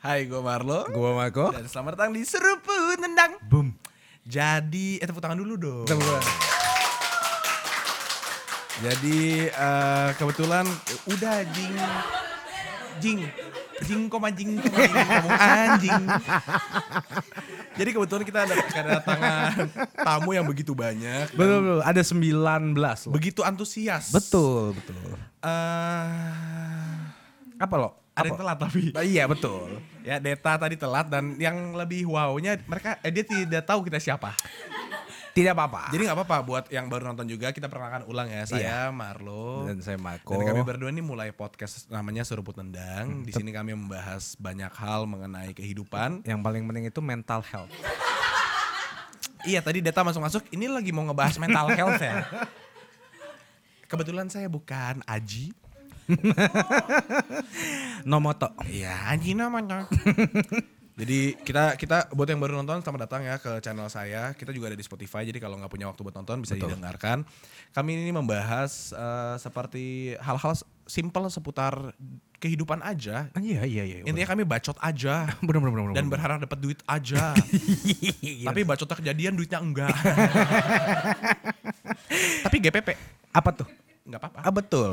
Hai, gue Marlo. Gua Mako. Dan selamat datang di Seruput Nendang. Boom. Jadi, eh tepuk tangan dulu dong. Tepuk tangan. Jadi, eh, kebetulan eh, udah jing. Jing. Jing koma jing koma jing kamu anjing. Jadi kebetulan kita ada kedatangan tamu yang begitu banyak. Betul, betul. Ada 19 loh. Begitu antusias. Betul, betul. Eh, Apa lo? ada yang telat tapi Ah, iya, betul. Nah, ya Deta tadi telat dan yang lebih wownya mereka eh, dia tidak tahu kita siapa Tidak apa-apa. Jadi nggak apa-apa buat yang baru nonton juga kita perkenalkan ulang ya. Saya Marlo Dan saya Mako. dan kami berdua ini mulai podcast namanya Seruput Nendang. Di sini kami membahas banyak hal mengenai kehidupan. Yang paling penting itu mental health. Iya tadi data masuk masuk. Ini lagi mau ngebahas mental health ya. Kebetulan saya bukan Aji. Nomoto. Iya Aji namanya. Jadi kita kita buat yang baru nonton selamat datang ya ke channel saya. Kita juga ada di Spotify. Jadi kalau nggak punya waktu buat nonton bisa didengarkan. Kami ini membahas eh, seperti hal-hal s- simple seputar kehidupan aja. Iya, iya, iya. Intinya kami bacot aja Bener, bener, bener. dan berharap dapat duit aja. Iya. Tapi bacotnya kejadian duitnya enggak. Tapi GPP apa tuh? nggak apa-apa. Ah, betul.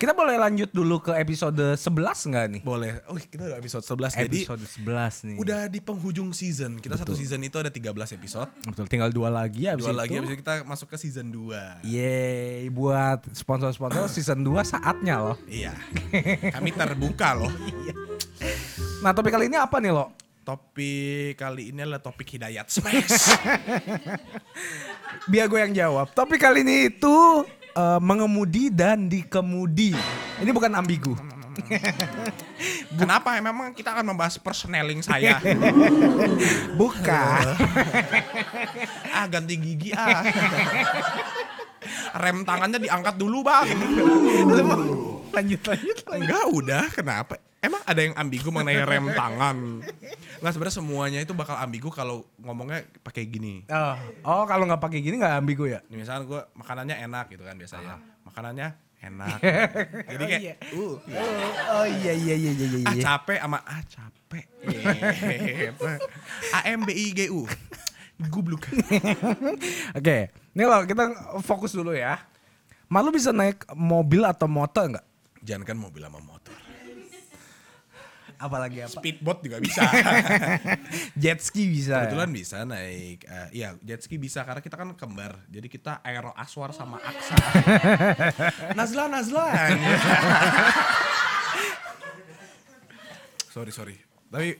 Kita boleh lanjut dulu ke episode 11 nggak nih? Boleh. Oh, kita udah episode 11 jadi Episode 11 nih. udah di penghujung season. Kita satu season itu ada 13 episode. Betul, tinggal dua lagi abis Dua itu. lagi habis itu kita masuk ke season 2. Yeay, buat sponsor-sponsor season 2 saatnya loh. Iya. Kami terbuka loh. Nah, topik kali ini apa nih lo? Topik kali ini adalah topik hidayat smash. Biar gue yang jawab. Topik kali ini itu eh, mengemudi dan dikemudi. Ini bukan ambigu. Kenapa? Ya, Memang kita akan membahas personeling saya. Bukan. ah ganti gigi ah. Rem tangannya diangkat dulu bang. lanjut, lanjut, Enggak udah kenapa? Emang ada yang ambigu mengenai rem tangan? Enggak sebenarnya semuanya itu bakal ambigu kalau ngomongnya pakai gini. Oh, oh, kalau nggak pakai gini nggak ambigu ya? Nih, misalnya gue makanannya enak gitu kan biasanya. Makanannya enak. Jadi Oh, kayak iya. uh, Oh, iya, iya, iya, iya, ah capek sama ah capek. Gitu. A M B I G U. Gubluk. Oke, ini lo kita fokus dulu ya. Malu bisa naik mobil atau motor nggak? Jangan kan mobil sama motor. Apalagi apa? Speedboat juga bisa. Jet ski bisa. ya? Kebetulan bisa naik, eh, iya jet ski bisa karena kita kan kembar, jadi kita aero aswar sama aksa. Nazla, Nazla. sorry sorry, tapi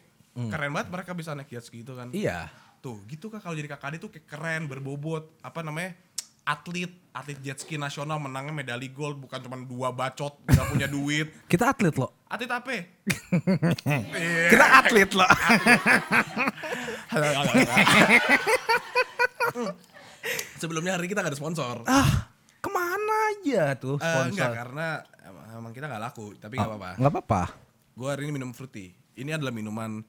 keren banget mereka bisa naik jet ski itu kan. Iya. Tuh gitu kak kalau jadi kakak tuh kayak keren, berbobot, apa namanya? atlet atlet jet ski nasional menangnya medali gold bukan cuma dua bacot nggak punya duit Kita atlet lo. atlet apa Kita atlet lo. Iya. Hmm. sebelumnya hari ini kita gak ada sponsor ah, kemana aja Eh, tuh enggak sponsor? Oh. karena em- emang kita nggak laku tapi nggak apa-apa. Nggak apa-apa. Gue hari ini minum fruity. Ini adalah minuman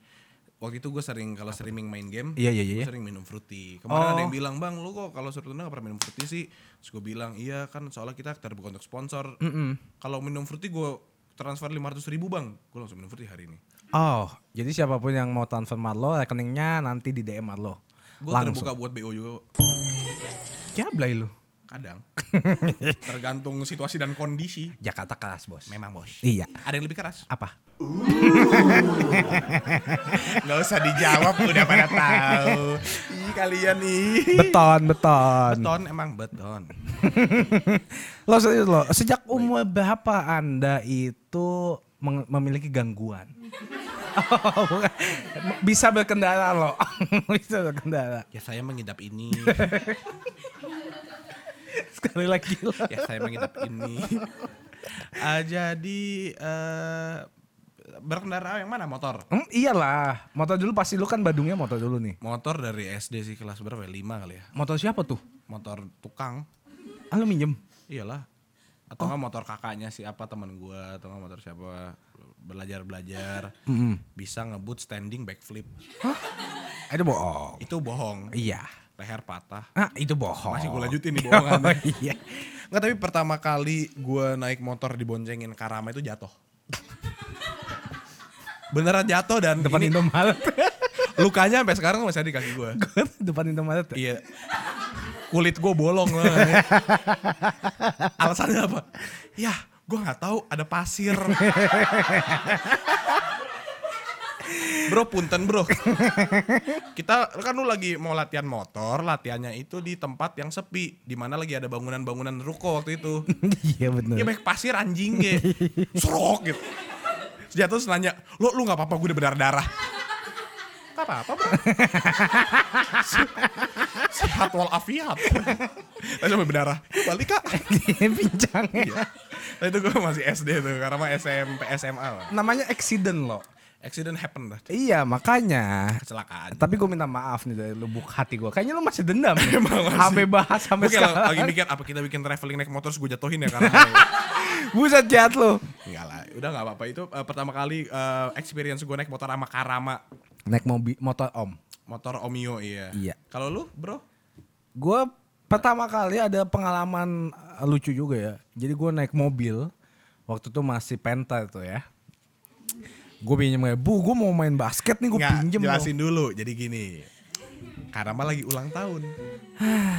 waktu itu gue sering kalau streaming main game, Iya, iya, iya, gua iya. sering minum fruity. Kemarin ada Oh. yang bilang bang, lu kok kalau suruh nggak pernah minum fruity sih? Terus gue bilang iya kan soalnya kita terbuka untuk sponsor. Kalau minum fruity gue transfer 500 ribu bang, gue langsung minum fruity hari ini. Oh, jadi siapapun yang mau transfer Marlo, rekeningnya nanti di DM Marlo. Gue Langsung. terbuka buat BO juga Ya belai lu. kadang. Tergantung situasi dan kondisi. Jakarta keras bos. Memang bos. Iya. Ada yang lebih keras? Apa? Gak usah dijawab udah pada tahu. Ih kalian nih. Beton, beton. Beton emang beton. Lo serius lo, sejak umur berapa Anda itu meng- memiliki gangguan? Oh, bukan. bisa berkendara lo. bisa berkendara. Ya saya mengidap ini. Sekali lagi lo. ya saya mengidap ini. Ah, jadi eh berkendara yang mana motor? Hmm, iyalah, motor dulu pasti lu kan badungnya motor dulu nih. Motor dari SD sih kelas berapa? 5 kali ya. Motor siapa tuh? Motor tukang. Ah, lu minjem. Iyalah. Atau nggak motor kakaknya siapa teman gua atau nggak motor siapa belajar-belajar bisa ngebut standing backflip. Ah, Itu bohong. Itu bohong. Iya. Leher patah. Ah, itu bohong. Masih gue lanjutin nih bohongan. Oh, iya. Nggak tapi pertama kali gue naik motor diboncengin Karama itu jatuh. beneran jatuh dan Depan ini Indomaret. lukanya sampai sekarang masih ada di kaki gue. Gua Depan Indomaret. Iya. Kulit gue bolong loh. Alasannya apa? Ya, gue nggak tahu ada pasir. bro, punten bro. Kita kan lu lagi mau latihan motor, latihannya itu di tempat yang sepi, di mana lagi ada bangunan-bangunan ruko waktu itu. Iya bener. Ya banyak pasir anjing ge. Serok gitu. Terus Jatuh terus nanya, lo lu gak apa-apa gue udah berdarah-darah. Gak apa-apa bro. Se- Sehat walafiat. Tadi sampai berdarah. "Yuk, Balik kak. Pincang ya. Nah, itu gue masih SD tuh, karena mah SMP, SMA lah. Namanya accident loh. Accident happen lah. Iya makanya. Kecelakaan. Tapi gue minta maaf nih dari lubuk hati gue. Kayaknya lu masih dendam. ya? Emang masih. Sampai bahas Gue sampai kayak lagi sekarang. mikir, apa kita bikin traveling naik motor terus gue jatuhin ya karena Buset jahat lu. Enggak lah, udah gak apa-apa. Itu eh, pertama kali eh, experience gue naik motor sama Karama. Naik mobil motor om. Motor Omio iya. Iya. Kalau lu bro? Gue pertama kali ada pengalaman eh, lucu juga ya. Jadi gue naik mobil. Waktu itu masih penta tuh ya. Gue pinjem kayak, bu gue mau main basket nih gue Nggak, pinjem. dong." jelasin dulu. Jadi gini. Karama lagi ulang tahun.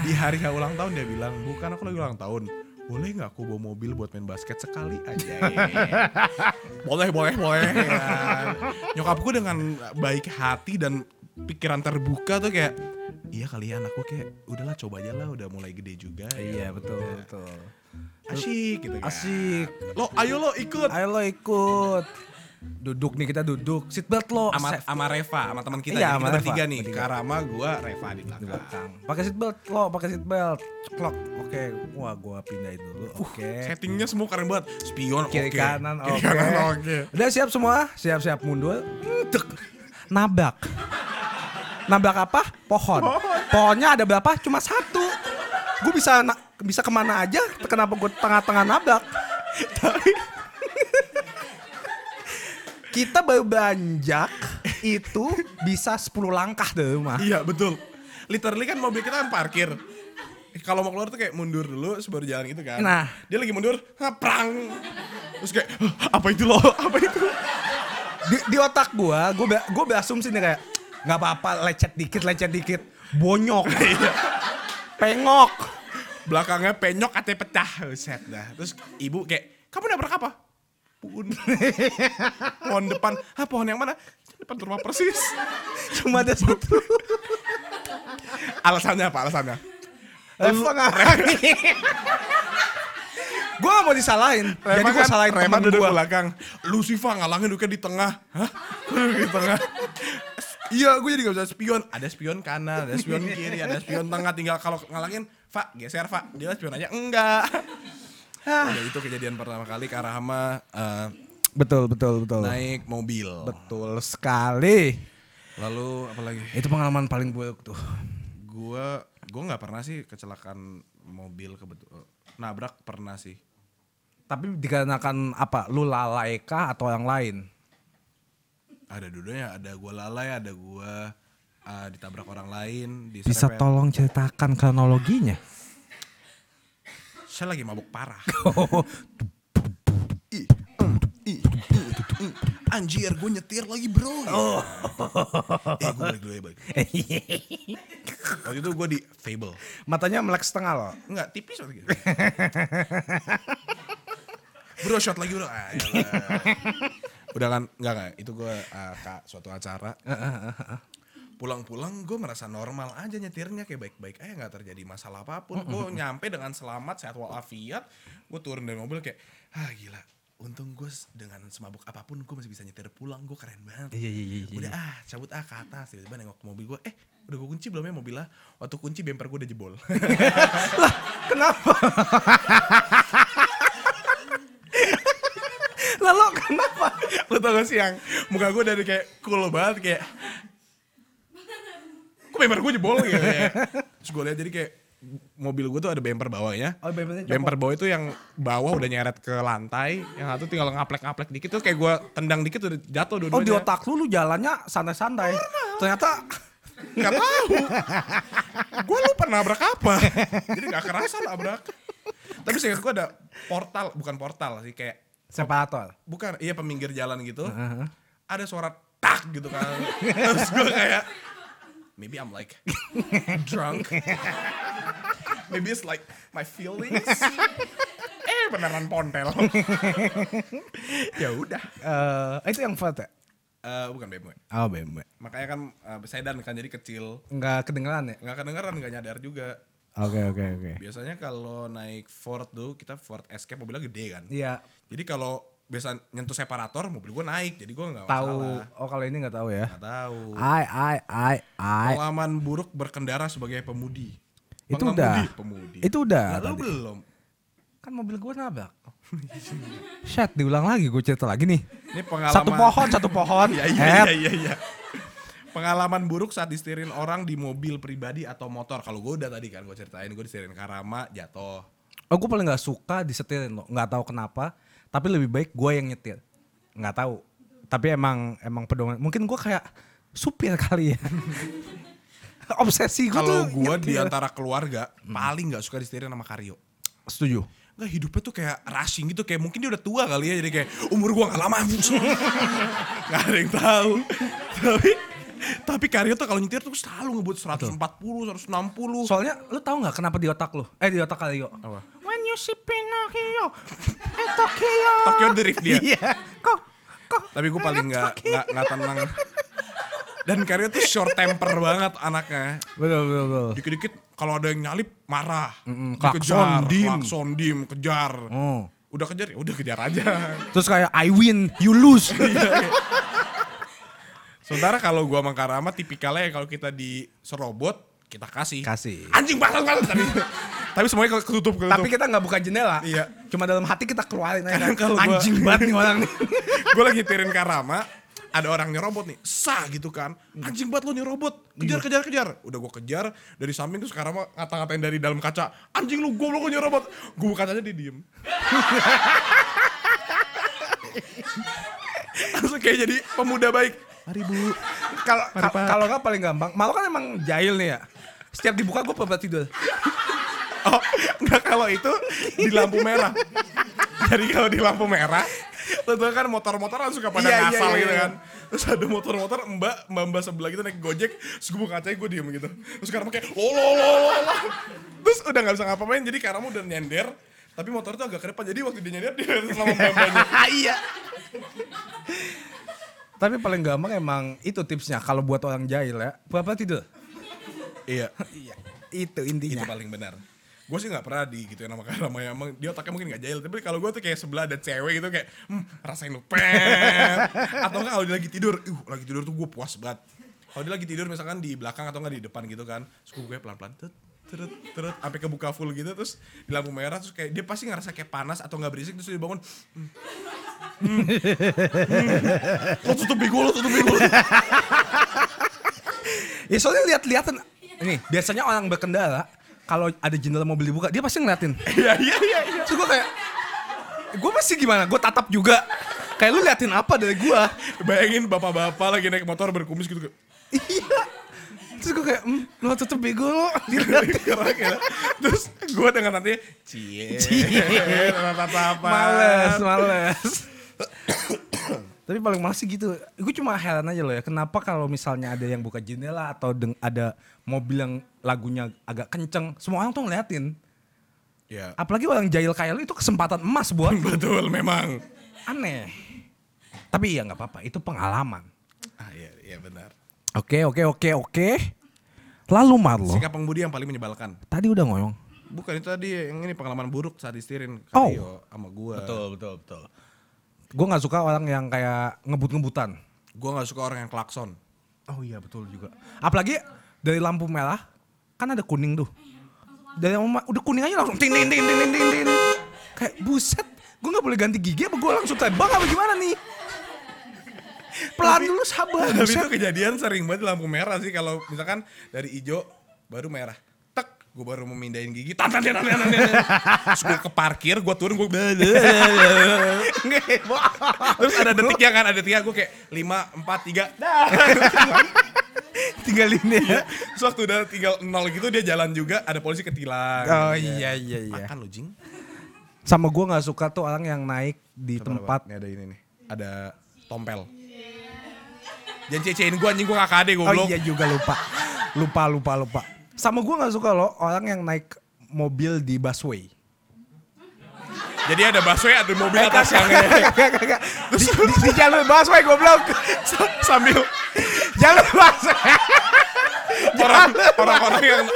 Di hari hari ulang tahun dia bilang, "Bukan aku lagi ulang tahun. Boleh nggak aku bawa mobil buat main basket sekali aja?" boleh, boleh, boleh. Ya. Nyokapku dengan baik hati dan pikiran terbuka tuh kayak, "Iya kalian aku kayak udahlah coba aja lah, udah mulai gede juga." ya." Iya betul betul. Asyik gitu kan. Asik. Lo ayo lo ikut. Ayo lo ikut. Duduk nih kita duduk. Seatbelt lo. Sama Safety sama Reva, sama teman kita. Iya, Jadi sama kita Reva. bertiga nih. Karama, gua, Reva di di belakang. belakang. Pakai seatbelt lo, pakai seatbelt. Clock. Oke. Wah, gua pindahin dulu. Oke. Settingnya semua keren banget. Spion oke. Kiri kanan Kiri oke. kanan oke. Udah siap semua? Siap-siap mundur. Entek. Nabrak. Nabrak apa? Pohon. Pohonnya ada berapa? Cuma satu. Gue bisa na- bisa kemana aja? Kenapa gue tengah-tengah nabrak? Tapi kita baru beranjak itu bisa 10 langkah dari rumah. Iya betul. Literally kan mobil kita kan parkir. Eh, Kalau mau keluar tuh kayak mundur dulu sebelum jalan gitu kan. Nah. Dia lagi mundur, ha, prang. Terus kayak, "Hah, apa itu loh? Apa itu? di, di otak gua, gua ber- gua berasumsi nih kayak nggak apa-apa lecet dikit lecet dikit bonyok Iya. pengok Belakangnya penyok katanya pecah. Set dah. Terus ibu kayak, kamu nabrak apa? Pohon. pohon depan. Hah pohon yang mana? Depan rumah persis. cuma ada satu Alasannya apa? Alasannya? Reva ngarangin gua gak mau disalahin jadi gua kan, salahin Rema temen duduk gua belakang. Lu Siva ngalangin duduknya di tengah. Hah? Gua duduk di tengah. Iya, gue jadi gak bisa spion. Ada spion kanan, ada spion kiri, ada spion tengah. Tinggal kalau ngalangin, Fa, geser Fa. Dia spion aja, enggak. Ah. Udah itu kejadian pertama kali Kak Rahma eh, betul betul betul naik mobil. Nah, betul sekali Lalu apa lagi? itu pengalaman paling buruk tuh Gue gue nggak pernah sih kecelakaan mobil kebetulan. Nabrak pernah sih. tapi dikarenakan apa lu lalai kah atau yang lain Ada duduknya, ada gue lalai, ada gue ditabrak orang lain. bisa diserempet. tolong ceritakan kronologinya Saya lagi mabuk parah. Anjir, gue nyetir lagi bro. Oh. Eh, gue balik dulu ya, balik. Waktu itu gue di Fable. matanya melek setengah loh Enggak, tipis waktu gitu. bro, shot lagi bro. Ah, elah. Udah kan, enggak, enggak. Itu gue uh, kak suatu acara. Pulang-pulang gue merasa normal aja nyetirnya kayak baik-baik aja nggak terjadi masalah apapun. Gue nyampe dengan selamat, sehat walafiat. Gue turun dari mobil kayak, ah gila. Untung gue s- dengan semabuk apapun gue masih bisa nyetir pulang. Gue keren banget. Iya, iya, iya, iya. Udah ah cabut ah ke atas. Tiba-tiba nengok ke mobil gue, eh udah gue kunci belum ya mobilnya? Waktu kunci bemper gue udah jebol. lah kenapa lalu kenapa Lo tau gak sih yang muka gue dari kayak cool banget kayak Kok bemper gue jebol gitu ya Terus gue liat jadi kayak mobil gue tuh ada bemper bawahnya Oh, bempernya copot. Bemper bawah itu yang bawah udah nyeret ke lantai Yang satu tinggal ngaplek-ngaplek dikit Terus kayak gue tendang dikit udah jatuh oh di dua-duanya otak lu lu jalannya santai-santai ternyata Gak tau Gue lupa nabrak apa Jadi gak kerasa nabrak Tapi seingat gue ada portal Bukan portal sih kayak separator Bukan, iya peminggir jalan gitu. ada suara tak gitu kan. Terus gue kayak maybe I'm like drunk. maybe it's like my feelings. eh beneran pontel. ya udah. Eh, itu yang flat ya? Eh, bukan BMW. Oh BMW. Makanya kan eh, sedan kan jadi kecil. Nggak kedengeran ya? Nggak kedengeran, nggak nyadar juga. Oke oke oke. Biasanya kalau naik Ford tuh kita Ford Escape mobilnya gede kan. Iya Jadi kalau biasa nyentuh separator mobil gue naik jadi gue nggak tahu. masalah. Oh kalau ini nggak tahu ya? Nggak tahu. Oh, I I I I. Pengalaman buruk berkendara sebagai pemudi. Eh. Itu Pengemudi, udah. Pemudi. Itu udah Lah, lu tadi. belum. Kan mobil gue nabrak. Shit, diulang lagi gue cerita lagi nih. Ini pengalaman. Satu pohon, satu pohon. Iya iya Eh, iya iya. iya. Pengalaman buruk saat disetirin orang di mobil pribadi atau motor. Kalau gue udah tadi kan gue ceritain gue disetirin Karama jatuh. Oh gue paling gak suka disetirin loh, gak tahu kenapa. Tapi lebih baik gue yang nyetir. Gak tahu. Tapi emang emang pedoman. Mungkin gue kayak supir kali ya. Obsesi gue tuh. Kalau Hmm. gue di nyetir. antara keluarga paling nggak suka disetirin sama Karyo. Setuju. Nggak hidupnya tuh kayak rushing gitu kayak mungkin dia udah tua kali ya jadi kayak umur gua nggak lama nggak ada yang tahu tapi tapi Karyo tuh kalau nyetir tuh selalu ngebuat 140 160 Soalnya lu tahu nggak kenapa di otak lu? Eh di otak kali yo. Apa? When you see Pinocchio, eh Tokyo. Tokyo Drift dia. Iya. Kok, kok. tapi gue paling nggak Tokyo. nggak nggak tenang dan Karyo tuh short temper banget anaknya Betul, betul, betul. dikit-dikit kalau ada yang nyalip marah Mm-mm, dikejar klakson, dim. klakson dim kejar Oh. udah kejar ya udah kejar aja Terus kayak I win, you lose. sementara kalau gua sama Karama tipikalnya ya kalau kita diserobot kita kasih Kasih. anjing banget banget tapi tapi semuanya ke- ketutup ketutup Tapi kita nggak buka jendela. Iya. Cuma dalam hati kita keluarin aja. Kadang kalau gua- Anjing banget nih orang nih. gue lagi tirin karama ada orang nyerobot nih sah gitu kan anjing banget lo nyerobot kejar kejar kejar udah gue kejar dari samping terus karama ngata-ngatain dari dalam kaca anjing lu gue lo nyerobot gue buka kacanya dia diem langsung kayak jadi pemuda baik Mari bu. Kalau Mari, Pak. kalau nggak paling gampang. Malu kan emang jahil nih ya. Setiap dibuka gue pernah tidur. oh nggak kalau itu di lampu merah jadi kalau di lampu merah lo tau kan motor-motor kan suka pada Iya, iya, ngasal iya, gitu iya. kan terus ada motor-motor mbak mbak mbak sebelah gitu naik gojek terus gue buka kacanya gue diem gitu terus karena kayak lo lo lo lo lo." terus udah nggak bisa ngapa-ngapain jadi karena udah nyender tapi motor itu agak ke depan jadi waktu dia nyender dia sama mbak-mbaknya iya. Tapi paling gampang emang itu tipsnya kalau buat orang jahil ya. Berapa tidur? iya Iya. Itu itu intinya. paling benar gue sih nggak pernah di gitu nama Karama ya emang dia otaknya mungkin nggak jahil tapi kalau gue tuh kayak sebelah ada cewek gitu kayak hmm, rasain lu pet atau nggak kalau dia lagi tidur uh lagi tidur tuh gue puas banget kalau dia lagi tidur misalkan di belakang atau nggak di depan gitu kan terus gue pelan pelan tut terut terut sampai kebuka full gitu terus di lampu merah terus kayak dia pasti ngerasa kayak panas atau nggak berisik terus dia bangun hmm. Hmm. Hmm. lo tutup bego lo tutup bego lo Ya soalnya lihat-lihatan. Ini biasanya orang berkendara kalau ada jendela mobil dibuka dia pasti ngeliatin. iya iya iya iya. Terus gue kayak, gue masih gimana? Gue tatap juga. Kayak lu liatin apa dari gue? bayangin bapak-bapak lagi naik motor berkumis gitu kayak, Iya. Terus gue kayak, "Hmm, lu tutup bego lu. Iya, Karena kayak- Terus gue dengan nantinya Cie Tatapan males, males. Tapi paling masih gitu. Gue cuma heran aja loh ya. Kenapa kalau misalnya ada yang buka jendela atau deng- ada mobil yang lagunya agak kenceng, semua orang tuh ngeliatin. Ya Apalagi orang jahil kayak lu itu kesempatan emas buat lu. betul memang aneh. Tapi ya nggak apa-apa. Itu pengalaman. Ah iya, iya benar Oke, oke, oke, oke. Lalu Marlo, Sikap pengemudi yang paling menyebalkan tadi udah ngoyong. Bukan itu tadi yang ini pengalaman buruk saat disetirin Oh. Karyo sama gue betul, betul. Gue nggak suka orang yang kayak ngebut-ngebutan. Gue gak suka orang yang klakson Oh iya betul juga. Apalagi dari lampu merah kan ada kuning tuh. Dari lampu merah, udah kuning aja langsung tin tin tin tin tin tin, tin. Kayak buset, gue nggak boleh ganti gigi apa gue langsung terbang apa gimana nih? Pelan dulu sabar. Tapi buset. itu kejadian sering banget di lampu merah sih Kalau misalkan dari hijau baru merah Tek gue baru mau mindahin gigi tantan dia tantan dia terus gue ke parkir gue turun gue terus ada detik ya kan ada detiknya gue kayak lima empat tiga Tinggal ini ya. Terus waktu udah tinggal nol gitu dia jalan juga ada polisi ketilang. Oh iya iya iya. Makan lu jing. Sama gue nggak suka tuh orang yang naik di tempat Nih ada ini nih. Ada tompel. Jangan cecein gue anjing gue kakak adek Oh goblok. iya juga lupa. Lupa lupa lupa. Sama gue nggak suka loh orang yang naik mobil di busway. Jadi ada busway ada mobil Eh, atas yang kagak, kagak, kagak. Di, di, di jalur busway goblok. sambil Jalur busway. orang orang-orang yang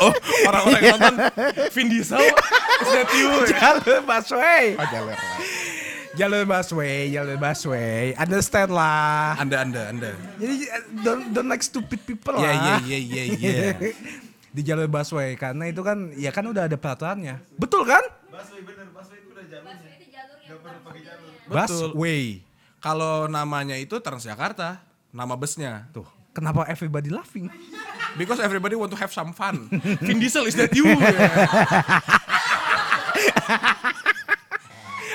oh orang-orang yang nonton Vin Diesel Statue. Jalur busway. jalur. Jalur busway, jalur busway. Understand lah. Anda anda anda. Jadi eh, don't, don't like stupid people Iya lah. iya iya iya iya. di jalur busway karena itu kan ya kan udah ada peraturannya. Betul kan? Betul. Busway. Kalau namanya itu Transjakarta, nama busnya. Tuh, kenapa everybody laughing? Because everybody want to have some fun. Vin Diesel is that you.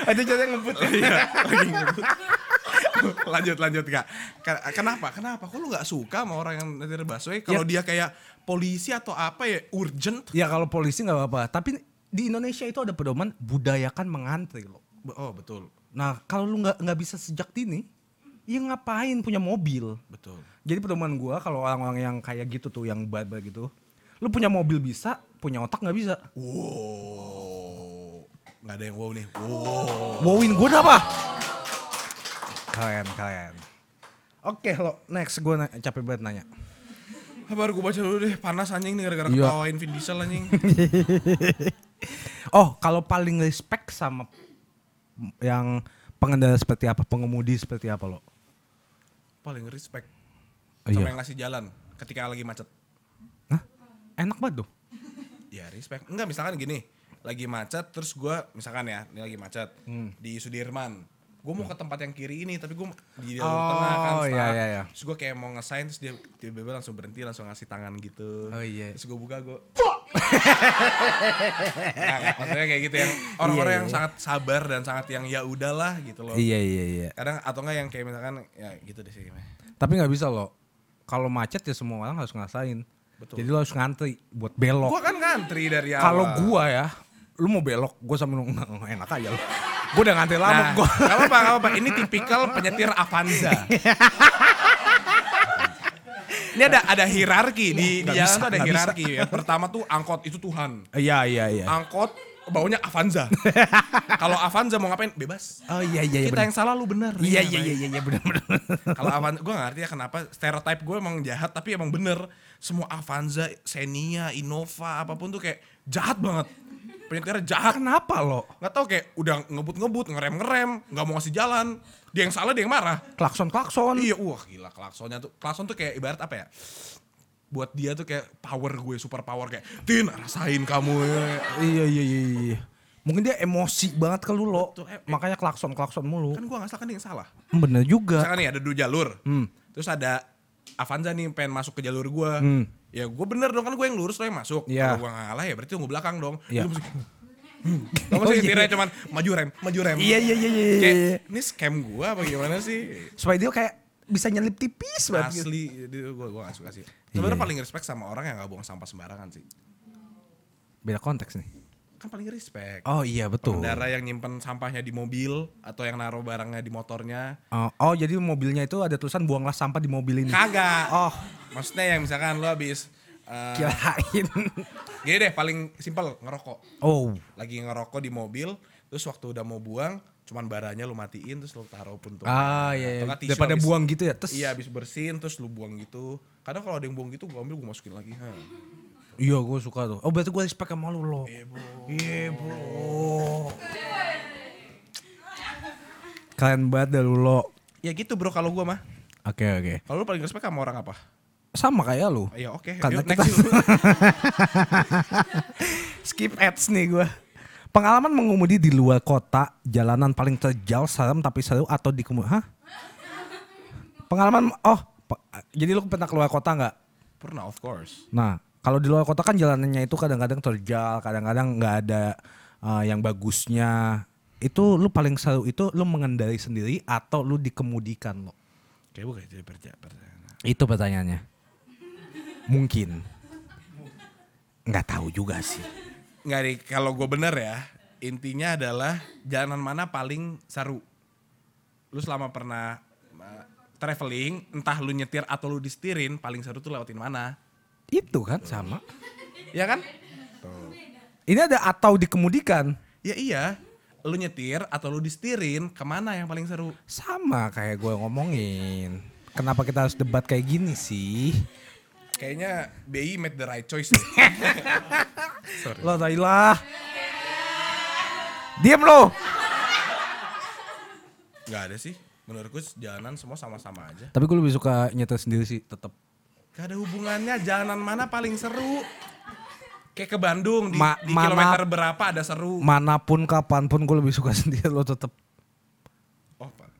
Ada jalan ngebut. Iya, lagi ngebut. lanjut lanjut kak Ka- kenapa kenapa kok lu nggak suka sama orang yang nyetir busway kalau dia kayak polisi atau apa ya urgent Ya kalau polisi nggak apa-apa, tapi di Indonesia itu ada pedoman budayakan mengantri loh. Be- oh betul Nah kalau lu nggak nggak bisa sejak dini, ya ngapain punya mobil? betul Jadi pedoman gua kalau orang-orang yang kayak gitu tuh yang barbar gitu, lu punya mobil bisa, punya otak nggak bisa. wow nggak ada yang wow nih wow Wowin gue apa? Kalian kalian. Oke lo next gue capek banget nanya. baru gue baca dulu deh panas anjing nih gara-gara Iya. ketawain Vin Diesel anjing Oh kalau paling respect sama yang pengendara seperti apa, pengemudi seperti apa lo? paling respect Oh, sama iya. yang ngasih jalan ketika lagi macet Hah? Enak banget tuh. ya respect enggak misalkan gini lagi macet terus gua misalkan ya ini lagi macet Hmm. di Sudirman gue mau ke tempat yang kiri ini tapi gue di jalur Iya. Oh, tengah kan iya, setengah. iya, iya. terus gue kayak mau ngesain terus dia tiba-tiba langsung berhenti langsung ngasih tangan gitu Oh, iya. terus gue buka gue maksudnya kayak gitu yang Iya, orang-orang yang sangat sabar dan sangat yang ya udahlah gitu loh Iya iya iya. kadang atau enggak yang kayak misalkan ya gitu deh sih Tapi nggak bisa lo. Kalau macet ya semua orang harus ngerasain. Betul. Jadi lo harus ngantri buat belok. gue kan ngantri dari awal Kalau gua ya, lu mau belok, gua sambil ngomong enak aja lo. Gua udah ngantri lama Nah, gua. nggak apa-apa, nggak apa-apa. Ini tipikal penyetir Avanza. Ini ada ada hierarki di, di Nggak jalan bisa, tuh ada nggak bisa. hierarki ya. Pertama tuh angkot itu Tuhan. Iya iya iya. Angkot baunya Avanza. Kalau Avanza mau ngapain bebas. Oh iya iya iya. Kita yang salah lu bener. Iya iya iya iya, iya benar benar. Kalau Avanza gue ngerti ya kenapa stereotype gue emang jahat tapi emang bener. Semua Avanza, Xenia, Innova apapun tuh kayak jahat banget. Penyetirnya jahat. Kenapa lo? nggak tahu kayak udah ngebut-ngebut, ngerem-ngerem, nggak mau ngasih jalan. Dia yang salah, dia yang marah. Klakson klakson. Iya, wah gila klaksonnya tuh. Klakson tuh kayak ibarat apa ya? Buat dia tuh kayak power gue, super power kayak Tin, rasain kamu. ya." Iya iya iya iya. Mungkin dia emosi banget ke lu lo. Betul, eh, eh. Makanya klakson klakson mulu. Kan gue nggak salah kan dia yang salah. Bener juga. Misalkan nih ada dua jalur. Hmm. Terus ada Avanza nih pengen masuk ke jalur gue. Ya gue bener dong kan gue yang lurus lo yang masuk. Hmm. Iya. Kalau gue ngalah ya berarti tunggu belakang dong. Iya. Lu mesti- Kamu Oh, sih iya. tiranya cuman maju rem, maju rem. Iya iya iya iya. Kayak, iya. ini scam gue apa gimana sih? Supaya dia kayak bisa nyelip tipis banget. gitu. asli gue gue gak suka sih Iya. sebenarnya paling respect sama orang yang gak buang sampah sembarangan sih Beda konteks nih. kan paling respect Oh iya betul. pengendara yang nyimpen sampahnya di mobil atau yang naruh barangnya di motornya Oh, oh, jadi mobilnya itu ada tulisan buanglah sampah di mobil ini. kagak Oh. maksudnya yang misalkan lo habis eh, Kirain. gini deh paling simpel ngerokok Oh. lagi ngerokok di mobil terus waktu udah mau buang cuman baranya lo matiin terus lo taruh pun tuh Ah iya. iya. Daripada buang gitu ya. Terus iya habis bersihin terus lu buang gitu kadang kalau ada yang buang gitu gue ambil gue masukin lagi ha. Iya, gue suka tuh. Oh, berarti gue respect sama lu lo. Iya, bro. Kalian banget dah lu lo. ya gitu bro kalau gue mah Oke, oke. kalau lu paling respect sama orang apa Sama kayak lu. Ya oke, Karena yuk next yuk. Skip ads nih gue. Pengalaman mengemudi di luar kota, jalanan paling terjal, serem tapi seru atau di kemu- Hah? Pengalaman, oh, pe- jadi lu pernah keluar kota nggak? Pernah of course. Nah, kalau di luar kota kan jalanannya itu kadang-kadang terjal, kadang-kadang nggak ada eh, yang bagusnya. Itu lu paling seru itu lu mengendari sendiri atau lu dikemudikan lo? Kayak bukan jadi perja perjalanan. Itu pertanyaannya. Mungkin. Nggak tahu juga sih. Nggak deh, kalau gue bener ya, intinya adalah jalanan mana paling seru. Lu selama pernah ma- traveling, entah lu nyetir atau lu disetirin, paling seru tuh lewatin mana. Itu kan sama. Ya kan? Ini ada atau dikemudikan. Ya iya. Lu nyetir atau lu disetirin, kemana yang paling seru? Sama kayak gue ngomongin. Kenapa kita harus debat kayak gini sih? Kayaknya BI made the right choice. deh. Lo tai lah. Diam lo. Nggak ada sih. Menurutku jalanan semua sama-sama aja. Tapi gue lebih suka nyetir sendiri sih tetap. Gak ada hubungannya jalanan mana paling seru. Kayak ke Bandung di, Ma- di mana- kilometer berapa ada seru. Manapun kapanpun gue lebih suka sendiri lo tetap. oh, pa-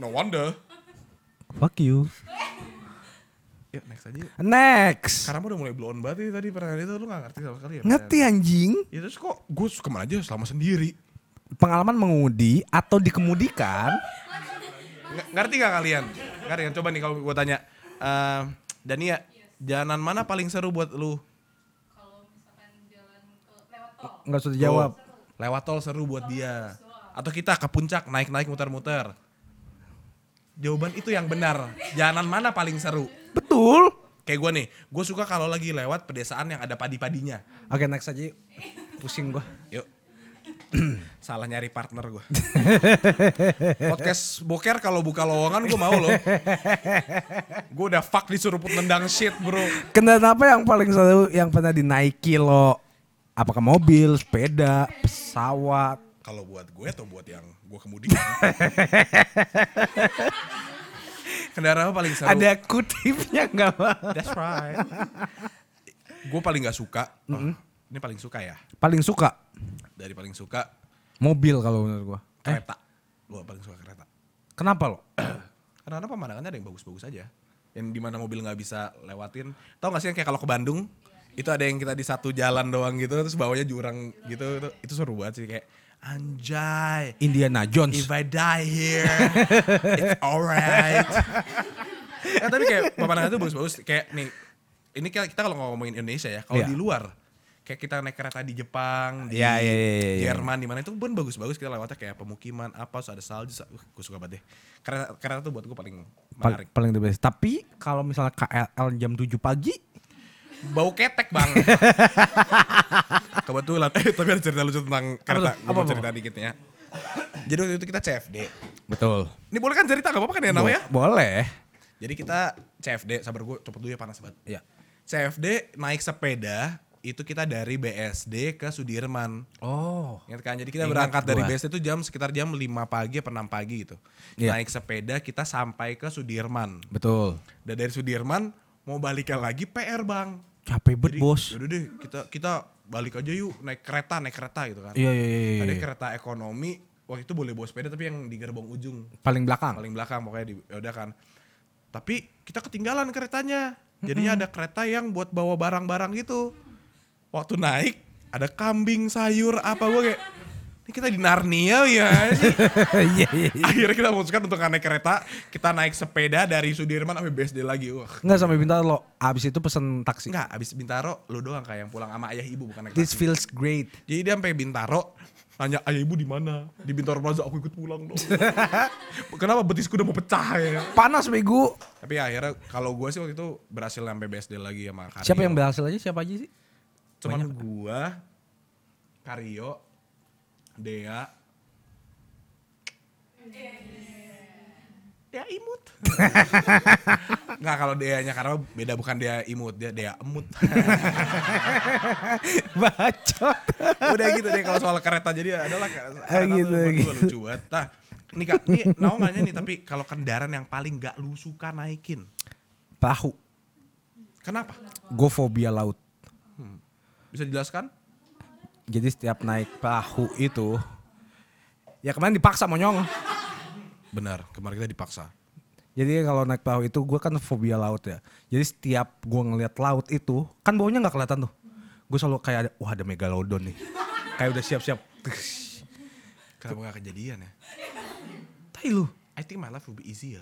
no wonder. Fuck you. Yuk next aja yuk. Next. Karena udah mulai blown banget ini tadi pertanyaan itu lu gak ngerti sama sekali ya. Ngerti anjing? pertanyaan. Ya terus kok gue suka mana aja selama sendiri. Pengalaman mengudi atau dikemudikan? Ng- ngerti gak kalian? Ngerti kan? Coba nih kalau gue tanya. Eh, Dania, jalanan mana paling seru buat lu? Enggak usah dijawab. Tuh, Lewat tol seru buat dia. Atau kita ke puncak naik-naik muter-muter. Jawaban itu yang benar. Jalanan mana paling seru? Betul. Kayak gue nih, gue suka kalau lagi lewat pedesaan yang ada padi-padinya. Oke, next aja. yuk. Pusing gue. Yuk. Salah nyari partner gue. Podcast boker kalau buka lowongan gue mau loh. Gue udah fuck disuruput nendang shit bro. Kendaraan apa yang paling seru yang pernah dinaiki lo? Apakah mobil, sepeda, pesawat? Kalau buat gue atau buat yang gue kemudian. Kendaraan apa paling seru? Ada kutipnya nggak Bang? That's right. gue paling gak suka. Oh, Ini paling suka ya. Paling suka Dari paling suka mobil kalau menurut gua. kereta. Gue paling suka kereta. Kenapa lo? Karena ada pemandangannya ada yang bagus-bagus aja. Yang dimana mobil nggak bisa lewatin. Tahu nggak sih yang kayak kalau ke Bandung itu ada yang kita di satu jalan doang gitu terus bawahnya jurang gitu itu, itu seru banget sih kayak anjay Indiana Jones. if I die here it's alright Eh, tapi kayak pemandangan itu bagus-bagus kayak nih ini kayak kita kalau ngomongin Indonesia ya kalau di Iya. luar kayak kita naik kereta di Jepang di Iya, iya, iya, iya, iya. Jerman di mana itu pun bagus-bagus kita lewatnya kayak pemukiman apa terus ada salju sa- uh, gue suka banget deh kereta kereta tuh buat gue paling Pal- menarik paling the best. Tapi kalau misalnya KLL jam 7 pagi, bau ketek bang kebetulan eh tapi ada cerita lucu tentang kereta tuh? gue mau Apa, apa, cerita dikit ya jadi waktu itu kita CFD betul. ini boleh kan cerita gak apa-apa kan ya namanya Boleh. jadi kita CFD sabar gue cepet dulu ya panas banget Ya. CFD naik sepeda itu kita dari BSD ke Sudirman Oh. Ingat kan? Jadi kita Ingat berangkat dari gua. BSD itu jam sekitar jam 5 pagi apa 6 pagi gitu. Iya. Naik sepeda kita sampai ke Sudirman. Betul. Dan dari Sudirman mau baliknya lagi PR, Bang. Capek banget, Jadi, Bos. Yaudah deh, kita kita balik aja yuk naik kereta, naik kereta gitu kan. Iya, iya, iya, iya, Ada iya. kereta ekonomi, waktu itu boleh bawa sepeda tapi yang di gerbong ujung Paling belakang. paling belakang pokoknya di yaudah kan. Tapi kita ketinggalan keretanya. Jadinya ada kereta yang buat bawa barang-barang gitu. Waktu naik ada kambing sayur apa gue kayak ini kita di Narnia ya sih?" Iya, iya. iya. Akhirnya kita memutuskan untuk nggak naik kereta, kita naik sepeda dari Sudirman sampai BSD lagi. Wah, Enggak sampai bintang lo. Abis itu pesen taksi. enggak abis Bintaro lu doang kayak yang pulang sama ayah ibu bukan naik This taksi. feels great. Jadi dia sampai Bintaro nanya ayah ibu di mana? Di Bintaro Plaza aku ikut pulang dong. Kenapa betisku udah mau pecah ya? Panas bego. Tapi ya, akhirnya kalau gue sih waktu itu berhasil sampai BSD lagi sama Karyo. Siapa yang berhasil aja siapa aja sih? Cuman gue, Karyo, Dea, Dea imut. Enggak kalau Deanya karena beda bukan Dea imut, dia Dea emut. Bacot. Udah gitu deh kalau soal kereta jadi ya adalah kereta Ah, tuh gitu, buat gua gitu. lucu banget. Nah, ini kak, ini naongannya nih tapi kalau kendaraan yang paling gak lu suka naikin, Perahu. kenapa? Gue fobia laut. Bisa dijelaskan? Jadi setiap naik perahu itu ya kemarin dipaksa monyong. Benar, kemarin kita dipaksa. Jadi kalau naik perahu itu gue kan fobia laut ya. Jadi setiap gue ngelihat laut itu kan baunya nggak kelihatan tuh. Gue selalu kayak ada wah ada megalodon nih. Kayak udah siap-siap. Kenapa gak kejadian ya? Tai lu. I think my life will be easier.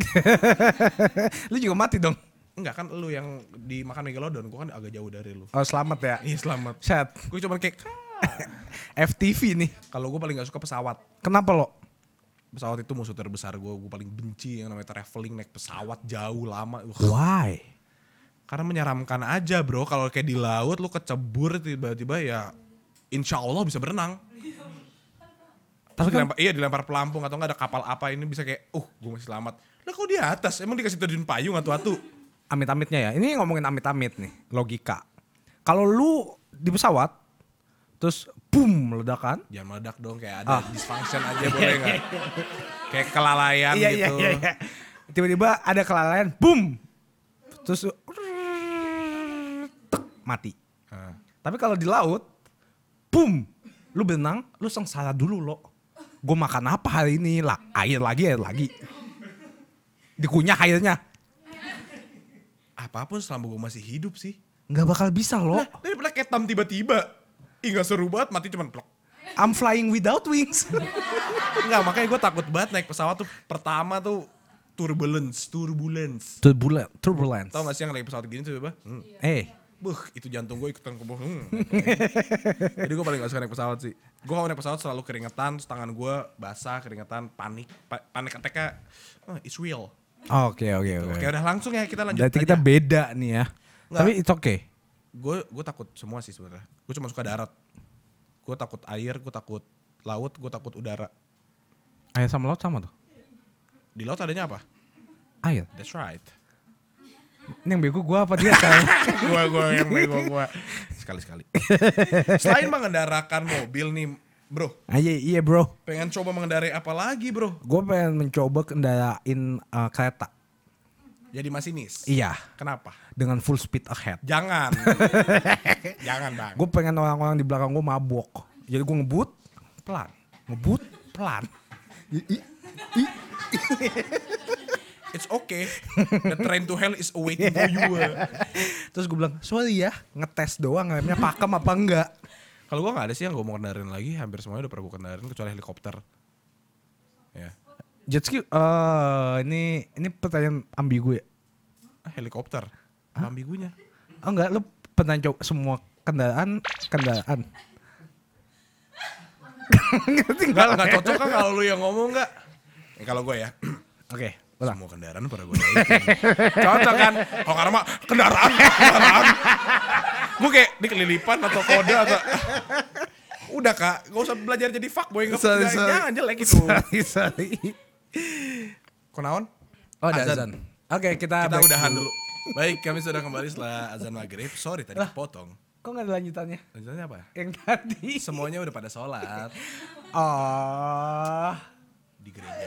Lu juga mati dong. Enggak kan lu yang dimakan megalodon, gua kan agak jauh dari lu. Oh selamat ya. Iya selamat. Chat. Gue cuman kayak "Kak." FTV nih. kalau gue paling gak suka pesawat. Kenapa lo? pesawat itu musuh terbesar gue gue paling benci yang namanya traveling naik pesawat jauh lama Wah, Why? karena menyeramkan aja bro kalau kayak di laut lu kecebur tiba-tiba ya insya Allah bisa berenang Tapi kan Dilempar- iya dilempar pelampung atau nggak ada kapal apa ini bisa kayak uh gue masih selamat lah kok di atas emang dikasih terjun payung atu-atu amit-amitnya ya. Ini ngomongin amit-amit nih, logika. Kalau lu di pesawat terus boom ledakan, jangan meledak dong kayak ada dysfunction aja boleh nggak kayak kelalaian Iya, iya, gitu iya, iya. Tiba-tiba ada kelalaian, boom. Terus lu- tek, mati. Ah. Tapi kalau di laut, boom. Lu berenang, lu sengsara dulu lo. Gue makan apa hari ini? Lah, air lagi, air lagi. Dikunyah airnya. apapun selama gue masih hidup sih Nggak bakal bisa lo. Lah, daripada ketam tiba-tiba Ih gak seru banget mati cuman plok I'm flying without wings. Enggak makanya gue takut banget naik pesawat tuh Pertama tuh turbulence Turbulence Turbulence. Turbulence. Tau gak sih yang naik pesawat gini tiba-tiba hmm. Eh, Buh, itu jantung gue ikutan keboh. Hmm. Jadi gue paling gak suka naik pesawat sih. Gue kalau naik pesawat selalu keringetan, terus tangan gue basah, keringetan, panik. Pa- panik attack-nya, eh, it's real. oke oke oke. Oke udah langsung ya kita lanjut Berarti kita aja. beda nih ya. Nggak. Tapi it's okay. Gue gue takut semua sih sebenarnya. Gue cuma suka darat. Gue takut air, gue takut laut, gue takut udara. Air sama laut sama tuh. Di laut adanya apa? Air. That's right. Ini yang bego gua apa dia? Shay? gue gue yang gue gue sekali sekali. Selain mengendarakan mobil nih, bro, Ah, Iya iya bro. pengen coba mengendarai apa lagi, bro? Gue pengen mencoba kendarain eh, kereta. Jadi masinis. Iya. Kenapa? Dengan full speed ahead. Jangan. Jangan, Bang. Gue pengen orang-orang di belakang gue mabok. Jadi gue ngebut pelan. Ngebut pelan. I- i- It's okay. The train to hell is awaiting for you. Terus gue bilang, sorry ya ngetes doang remnya pakem apa enggak. Kalau gua nggak ada sih yang gua mau kendarin lagi, hampir semuanya udah pernah gua kendarin kecuali helikopter. Ya. Jet ski, eh, ini ini pertanyaan ambigu ya. Ah, helikopter. Apa ambigunya? Oh enggak, lu pernah coba semua kendaraan, kendaraan. Ngerti Enggak, enggak cocok kan kalau lu yang ngomong enggak? Eh, kalau gua ya, Oke, ulang. semua kendaraan pada gua naikin. Cocok kan? Kalau karena mah kendaraan, kendaraan. Gua kayak dikelilipan atau kode atau Udah kak, gak usah belajar jadi fuckboy Nggak- Sorry, nggak- sorry. Jangan jelek itu Sorry, sorry. Konaon? Oh, ada azan. Azan. Oke, kita, Kita break udahan dulu. Baik, kami sudah kembali setelah azan maghrib. Sorry tadi potong. Kok nggak ada lanjutannya? Lanjutannya apa? Yang tadi. Semuanya udah pada sholat Oh. di gereja.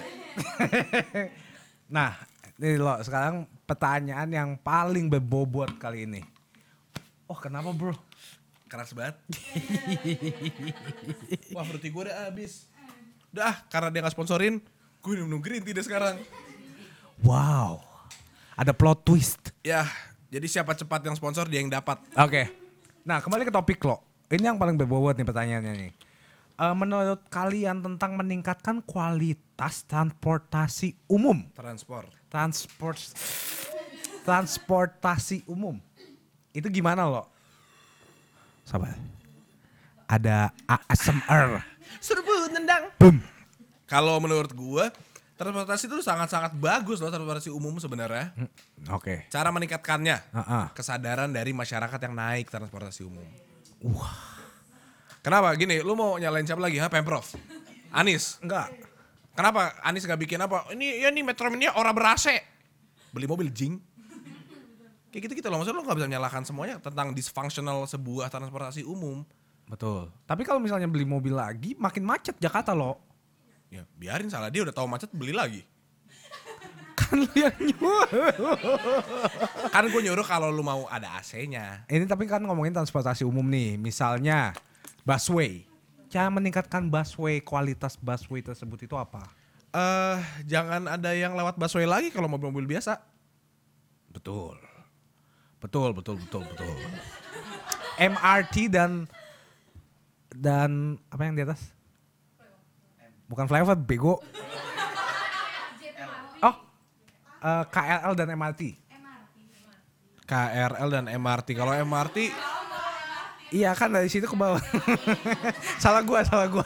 Nah, ini lo sekarang pertanyaan yang paling berbobot kali ini. Oh, kenapa bro? Keras banget. Wah, fruity gue udah habis. Udah, ah, karena dia gak sponsorin, gue minum green tea deh sekarang. Wow. Ada plot twist. Ya, jadi siapa cepat yang sponsor dia yang dapat. Oke. Nah, kembali ke topik lo. Ini yang paling berbobot nih pertanyaannya nih. Eh, menurut kalian tentang meningkatkan kualitas transportasi umum? Transport. Transport transportasi umum. Itu gimana lo? Sabar. Ada ASMR. Serbu tendang. Boom. Kalau menurut gue, transportasi itu sangat-sangat bagus loh transportasi umum sebenarnya. Oke. Cara meningkatkannya, Heeh. kesadaran dari masyarakat yang naik transportasi umum. Wah. Kenapa? Gini, lu mau nyalain siapa lagi? Ha? Pemprov? Anis? Enggak. Kenapa Anis nggak bikin apa? Ini ya nih Metro Mini ora berase. Beli mobil jing. Kayak gitu-gitu loh. Maksudnya lu nggak bisa menyalahkan semuanya tentang dysfunctional sebuah transportasi umum. Betul. Tapi kalau misalnya beli mobil lagi makin macet Jakarta lo. Ya biarin salah dia udah tahu macet beli lagi. Kan lu yang nyuruh. Kan gue nyuruh kalau lu mau ada AC-nya. Ini tapi kan ngomongin transportasi umum nih, misalnya busway. Cara meningkatkan busway, kualitas busway tersebut itu apa? Eh jangan ada yang lewat busway lagi kalau mobil-mobil biasa. Betul. Betul, betul, betul, betul. MRT dan dan apa yang di atas? Bukan flyover, bego. Oh, eh, KRL dan MRT. KRL dan MRT. Kalau MRT Iya kan dari situ ke bawah. salah gua, salah gua.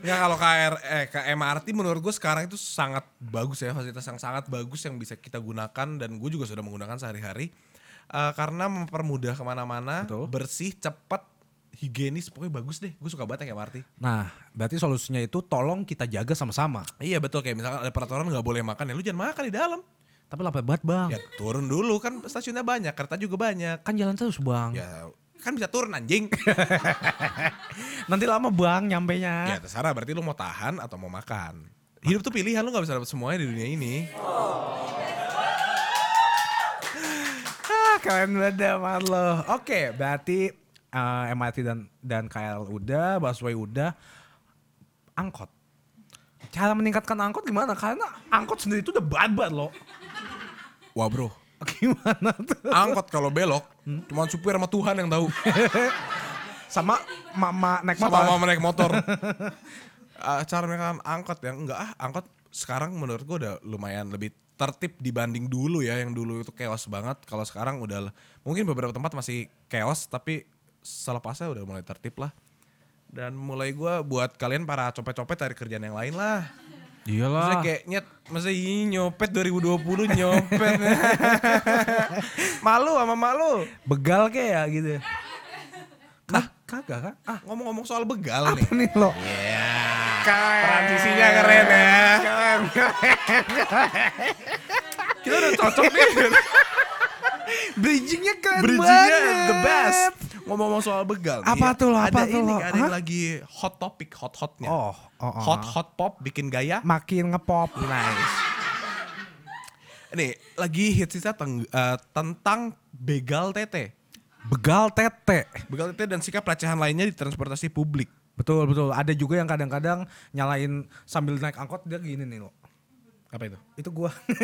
Nggak kalau KR eh, ke MRT menurut gue sekarang itu sangat bagus ya fasilitas yang sangat bagus yang bisa kita gunakan dan gue juga sudah menggunakan sehari-hari Eh, karena mempermudah kemana-mana Betul. bersih cepat higienis pokoknya bagus deh gue suka banget yang MRT Nah, berarti solusinya itu tolong kita jaga sama-sama. iya betul kayak misalkan ada peraturan nggak boleh makan ya lu jangan makan di dalam Tapi lapar banget bang. ya turun dulu kan stasiunnya banyak kereta juga banyak Kan jalan terus bang. ya kan bisa turun anjing Nanti lama bang nyampe nya. ya terserah berarti lu mau tahan atau mau makan hidup tuh pilihan lu nggak bisa dapat semuanya di dunia ini Ah, keren banget dah, man lo. Oke, berarti eh, MRT dan dan KL udah, busway udah, angkot. Cara meningkatkan angkot gimana? Karena angkot sendiri itu udah babat loh. wah bro Gimana tuh? angkot kalau belok cuma supir sama Tuhan yang tahu Sama mama naik sama motor. mama naik motor Ah, cara mereka angkot yang enggak ah angkot sekarang menurut gua udah lumayan lebih tertib dibanding dulu ya yang dulu itu chaos banget kalau sekarang udah mungkin beberapa tempat masih chaos tapi selepasnya udah mulai tertib lah dan mulai gua buat kalian para copet-copet cari kerjaan yang lain lah Maksudnya Iyalah. kayak nyet, masa ini nyopet 2020 nyopet. malu sama malu. Begal kayak ya gitu. Nah, kagak kan? Ah, ngomong-ngomong soal begal nih. Nih lo. Keren. Transisinya keren ya. Kita udah cocok nih. Bridgingnya keren Bridgingnya banget. the best. Ngomong-ngomong soal begal nih. ya, Apa tuh lo, apa ada tuh ini, lo? Ada yang Hah? lagi hot topic, hot hotnya. Oh, oh, oh. Hot hot pop bikin gaya. Makin ngepop. Nice. Nih, lagi hits sisa eh, tentang begal tete. Begal tete. Begal tete dan sikap pelecehan lainnya di transportasi publik. Betul, betul. Ada juga yang kadang-kadang nyalain sambil naik angkot dia gini nih lo. Apa itu? Itu gua.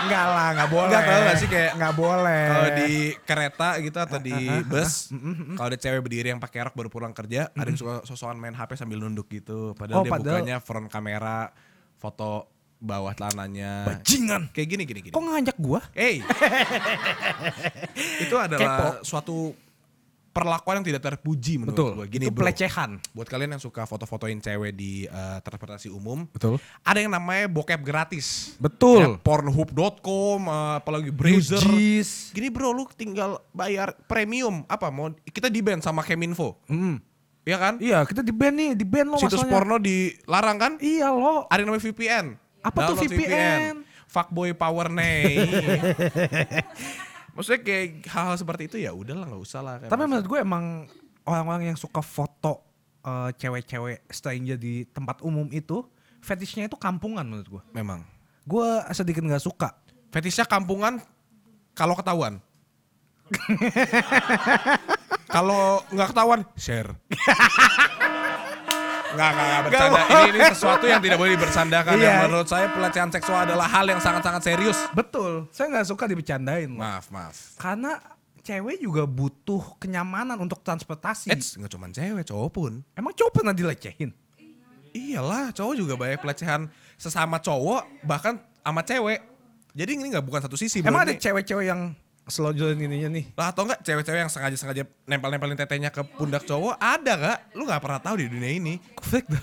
Enggak lah, enggak boleh. Enggak tahu nggak sih kayak- enggak boleh. Kalau di kereta gitu atau di Eh, bus, Mm, kalau ada cewek berdiri yang pakai rok baru pulang kerja, ada yang suka sosokan main HP sambil nunduk gitu. Padahal Oh, dia padahal- bukanya front kamera, foto bawah celananya. bajingan. Kayak gini gini gini. Kok ngajak gua? Hey. itu adalah suatu perlakuan yang tidak terpuji menurut Betul. gua. Gini itu bro. pelecehan. Buat kalian yang suka foto-fotoin cewek di eh, transportasi umum, Betul. ada yang namanya bokep gratis. Ya, Betul. Pornhub.com, eh, apalagi Brazzer. Jis. Gini bro, lu tinggal bayar premium apa mau kita di ban sama Keminfo, Mm. ya kan? Iya, kita di band nih, di band lo Situs masalahnya. porno dilarang kan? Iya lo. Ada yang namanya VPN. Apa tuh Download VPN? Fuckboy Power Nay. Maksudnya kayak hal-hal seperti itu ya udahlah nggak usah lah. Tapi menurut gue emang orang-orang yang suka foto eh, cewek-cewek stranger di tempat umum itu fetishnya itu kampungan menurut gue. memang Gue sedikit nggak suka. fetishnya kampungan kalau ketahuan. kalau nggak ketahuan share. Nggak, nggak, nggak bercanda. Ini, ini sesuatu yang tidak boleh dibercandakan. Iya. Yang menurut saya pelecehan seksual adalah hal yang sangat-sangat serius. Betul, saya nggak suka dibecandain. loh. Maaf, maaf. Karena cewek juga butuh kenyamanan untuk transportasi. Eits, nggak cuma cewek, cowok pun. Emang cowok pernah dilecehin? Iyalah, cowok juga banyak pelecehan sesama cowok, bahkan sama cewek. Jadi ini nggak bukan satu sisi. Emang ada bener nih. cewek-cewek yang selonjolan ininya nih? lah atau enggak cewek-cewek yang sengaja-sengaja nempel-nempelin tetenya ke pundak cowok ada nggak? Lu nggak pernah tahu di dunia ini. Kufik dah.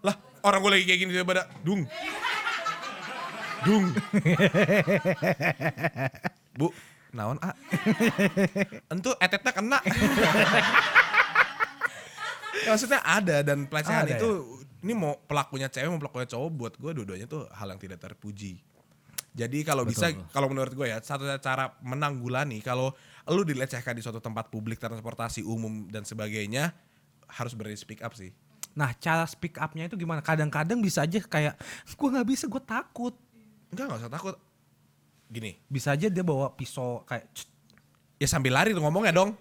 Lah orang gue lagi kayak gini tiba-tiba ada, dung. Dung. Bu, naon A? Entu etetnya kena. Ya, maksudnya ada ya? dan pelecehan Ada itu ini mau pelakunya cewek mau pelakunya cowok buat gue dua-duanya tuh hal yang tidak terpuji. Jadi kalau bisa kalau menurut gue ya satu cara menanggulangi kalau lu dilecehkan di suatu tempat publik transportasi umum dan sebagainya harus berani speak up sih. Nah cara speak up-nya itu gimana? Kadang-kadang bisa aja kayak, gue nggak bisa, gue takut. Enggak nggak usah takut. Gini, Bisa aja dia bawa pisau kayak, "Cet, ya sambil lari tuh ngomongnya dong.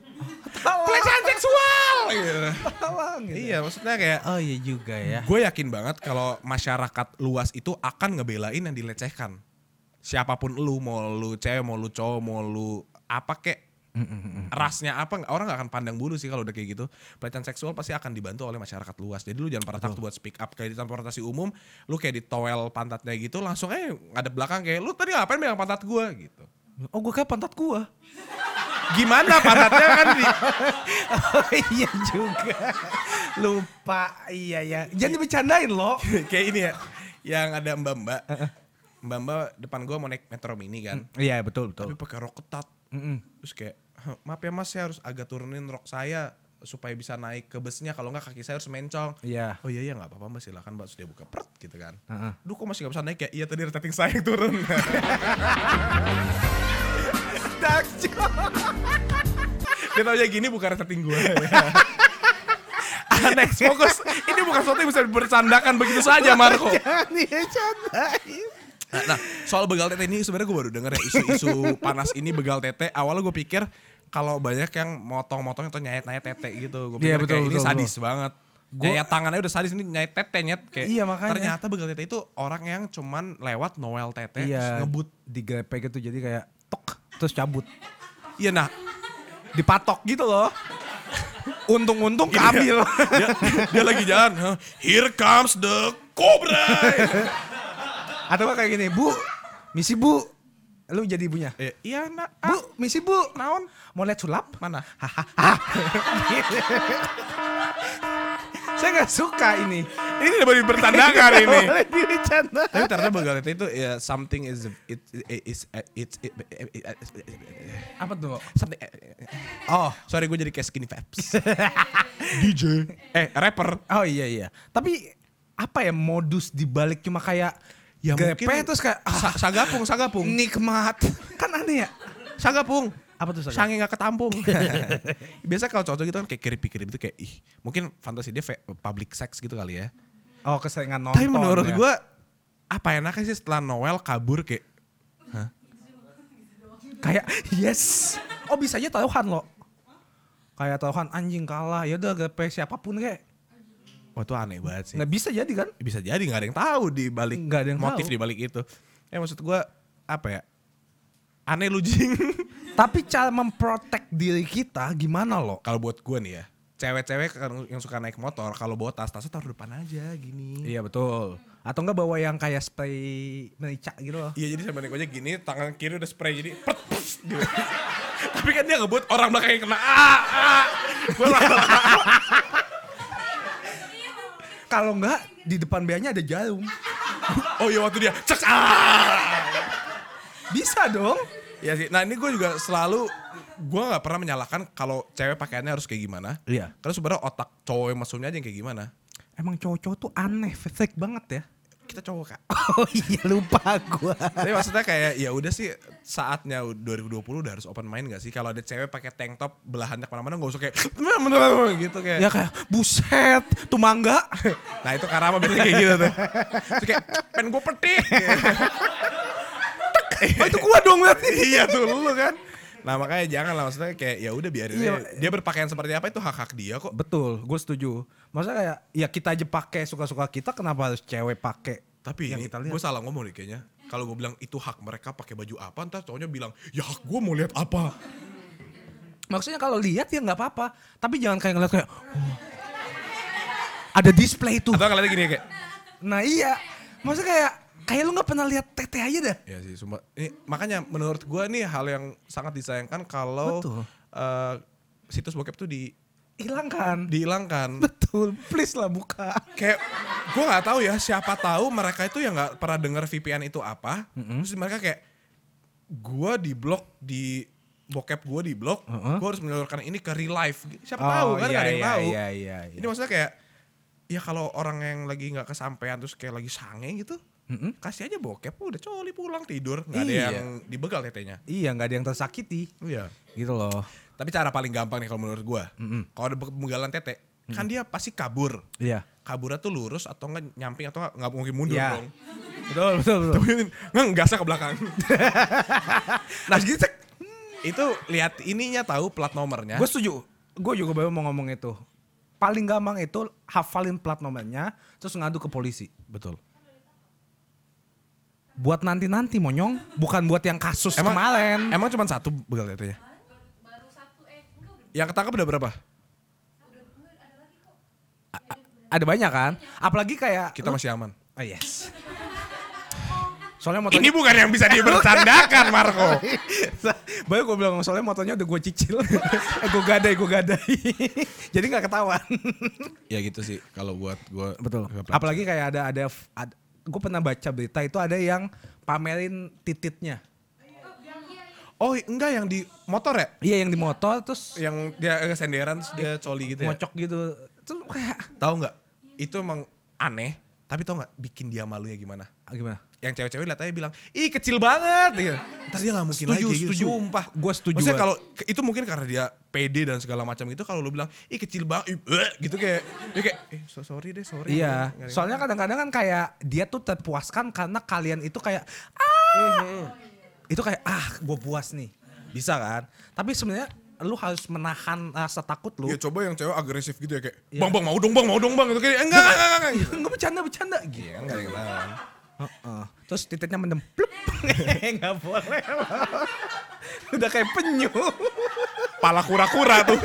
talang, Pelecehan seksual. gitu. talang gitu. Iya, maksudnya kayak Oh iya juga ya. gue yakin banget kalau masyarakat luas itu akan ngebelain yang dilecehkan. Siapapun lu, mau lu cewek, mau lu cowok, mau lu apa kek, rasnya apa, nggak- orang gak akan pandang bulu sih kalau udah kayak gitu. Pelecehan seksual pasti akan dibantu oleh masyarakat luas. Jadi lu jangan pernah takut buat speak up. Kayak di transportasi umum, lu kayak ditowel pantatnya gitu, langsung aja ngadep belakang kayak, lu tadi ngapain megang pantat gue gitu. Oh gue kayak pantat gue. Gimana pantatnya kan di, Oh, iya juga. Lupa, iya ya. Jangan bercandain loh. kayak ini ya. Yang ada mbak-mbak. Mbak-mbak depan gua mau naik metro mini kan. Iya betul betul. Tapi pakai rok ketat. Terus kayak, "Hah, maaf ya mas saya harus agak turunin rok saya supaya bisa naik ke busnya kalau nggak kaki saya harus mencong. Iya. Oh iya iya nggak apa-apa mbak silakan mbak sudah buka pert gitu kan. Heeh. Duh kok masih nggak bisa naik ya? Iya tadi reteting saya yang turun. Dark joke. Kita aja gini bukan reteting gue. Aneh, fokus. Ini bukan sesuatu yang bisa bercandakan begitu saja, Marco. Jangan ya, dicandain. Nah, nah, soal begal tete ini sebenarnya gue baru denger ya isu-isu panas ini begal tete. Awalnya gue pikir kalau banyak yang motong-motong atau nyayat-nyayat tete gitu. Gue pikir Iya, betul, kayak ini betul, sadis banget. nyayat tangannya udah sadis ini nyayat tete nyet kayak. Iya, makanya. Ternyata begal tete itu orang yang cuman lewat Noel tete terus Iya. ngebut. Digepek gitu jadi kayak tok terus cabut. Iya nah, Dipatok gitu loh. Untung-untung Iya. keambil. dia, dia lagi jalan. "Huh, Here comes the cobra. Atau nggak kayak gini, Bu, misi Bu. Lu jadi ibunya. Eh, iya nak. Bu, misi Bu. Naon? Mau lihat sulap? Mana? Saya nggak suka ini. Iya, Ini udah baru bertandangan ini. Boleh dibicanda. Tapi ternyata begal tete itu ya something is it is it's it, Apa tuh? something oh sorry gue jadi kayak skinny vibes DJ eh rapper Oh iya iya. Tapi apa ya modus dibalik cuma kayak Ya, gepe mungkin- terus kayak ah, Sa- sagapung sagapung nikmat. Kan aneh ya. sagapung Apa tuh Saga? sange gak ketampung biasa kalau cowok gitu kan kayak kirip kirip itu kayak ih mungkin fantasi dia fe- public sex gitu kali ya Oh keseringan nonton. tapi menurut ya. gue apa enaknya sih setelah Noel kabur kayak kayak yes. Oh bisa aja taruhan loh. Kayak taruhan anjing kalah ya udah gepe siapapun kayak. wah itu aneh banget sih Nggak bisa jadi kan? bisa jadi nggak ada yang tahu di balik Nggak ada yang motif tahu. di balik itu. Ya maksud gua apa ya? Aneh lu jing. Tapi cara memprotek diri kita gimana loh? kalau buat gua nih ya, cewek-cewek kan yang suka naik motor kalau bawa tas tasnya taruh depan aja gini. Iya betul. Atau enggak bawa yang kayak spray merica gitu loh. Iya jadi sambil naik aja gini tangan kiri udah spray jadi pert, pers, gitu. Tapi kan dia ngebuat orang belakang yang kena ah, ah. Gua "Ah, malah- Iya. Kalau enggak di depan BA-nya ada jarum. oh iya waktu dia cek ah. Bisa dong. Iya sih. Nah ini gue juga selalu gue nggak pernah menyalahkan kalau cewek pakaiannya harus kayak gimana. Iya. Karena sebenarnya otak cowok yang masuknya aja yang kayak gimana. Emang cowok-cowok tuh aneh, fake banget ya. Kita cowok kak. Oh iya lupa gua. Tapi maksudnya kayak ya udah sih saatnya 2020 udah harus open mind gak sih kalau ada cewek pakai tank top belahannya kemana-mana gak usah kayak gitu kayak. Ya kayak buset, tuh mangga. Nah itu karena apa biasanya kayak gitu tuh. Terus kayak pengen gue petik. Oh, itu gua dong lihat ini. iya tuh lu kan. Nah makanya jangan lah maksudnya kayak ya udah biarin Iya. aja. dia berpakaian seperti apa itu hak hak dia kok. Betul, gue setuju. Maksudnya kayak ya kita aja pakai suka-suka kita kenapa harus cewek pakai? Tapi yang ini kita lihat. gue salah ngomong nih kayaknya. Kalau gue bilang itu hak mereka pakai baju apa, ntar cowoknya bilang ya hak gue mau lihat apa. Maksudnya kalau lihat ya nggak apa-apa, tapi jangan kayak ngeliat kayak "Oh, ada display tuh. Atau kalian gini kayak Nah iya, maksudnya kayak kayak lu nggak pernah lihat tete aja dah. Ya sih, sumpah. Ini, makanya menurut gua nih hal yang sangat disayangkan kalau Betul. eh, situs bokep tuh di Hilang kan? dihilangkan. Betul, please lah buka. Kayak gua nggak tahu ya siapa tahu mereka itu yang nggak pernah dengar VPN itu apa. Terus mereka kayak gua di blok di bokep gua di blok, gua harus menyalurkan ini ke real life. Siapa tahu kan nggak ada yang tahu. Oh, Iya iya iya. Ini maksudnya kayak ya kalau orang yang lagi nggak kesampaian terus kayak lagi sange gitu, kasih aja bokep udah coli pulang tidur, nggak ada Iya. yang dibegal ya, tetenya. Iya nggak ada yang tersakiti. Iya. Gitu loh. Tapi cara paling gampang nih kalau menurut gua. Kalau ada pembegalan tete, kan dia pasti kabur. Iya. Kaburnya tuh lurus atau enggak nyamping atau nggak mungkin mundur Iya. dong. Betul betul betul. Tapi nggak gasnya ke belakang. nah gitu cek. Itu lihat ininya tahu plat nomornya. Gue setuju. Gue juga baru mau ngomong itu. Paling gampang itu hafalin plat nomornya, terus ngadu ke polisi. Betul. Buat nanti-nanti monyong, bukan buat yang kasus Emang, kemarin. emang cuma satu begal tetenya? Yang ketangkep udah berapa? Ada banyak kan? Apalagi kayak Kita masih aman. Oh yes. Soalnya motor Ini bukan yang bisa dibercandakan Marco. Baru gue bilang soalnya motonya udah gue cicil. eh gue gadai, gue gadai. Jadi nggak ketahuan. ya gitu sih kalau buat gue Betul. Apalagi kayak ada ada, ad- gue pernah baca berita itu ada yang pamerin tititnya. oh enggak yang di motor ya Iya yang di motor terus yang dia eh, senderan terus dia coli gitu ya ngocok gitu. Terus kayak tahu nggak itu emang aneh tapi tau nggak bikin dia malu ya gimana Ah, gimana? yang cewek-cewek lihat aja bilang ih kecil banget gitu. Ntar dia gak mungkin Setuju, lagi gitu. setuju. Sumpah. Gua setuju Maksudnya banget. kalau itu mungkin karena dia pede dan segala macam itu kalau lu bilang ih kecil banget ih, bleh, gitu kayak dia kayak eh so- sorry deh sorry. Iya, Nggak ada- soalnya kadang-kadang kan kayak dia tuh terpuaskan karena kalian itu kayak ah, Mm-hmm. itu kayak ah, gue puas nih, bisa kan? Tapi sebenarnya lu harus menahan rasa takut lu. Ya coba yang cewek agresif gitu ya kayak bang bang mau dong bang mau dong bang gitu kayak "Eh, enggak enggak enggak enggak gitu. Enggak bercanda bercanda gitu. Iya, enggak ada yang lawan. Heeh. Terus titiknya mendem, plup. Enggak boleh. Udah kayak penyu. Pala kura-kura tuh.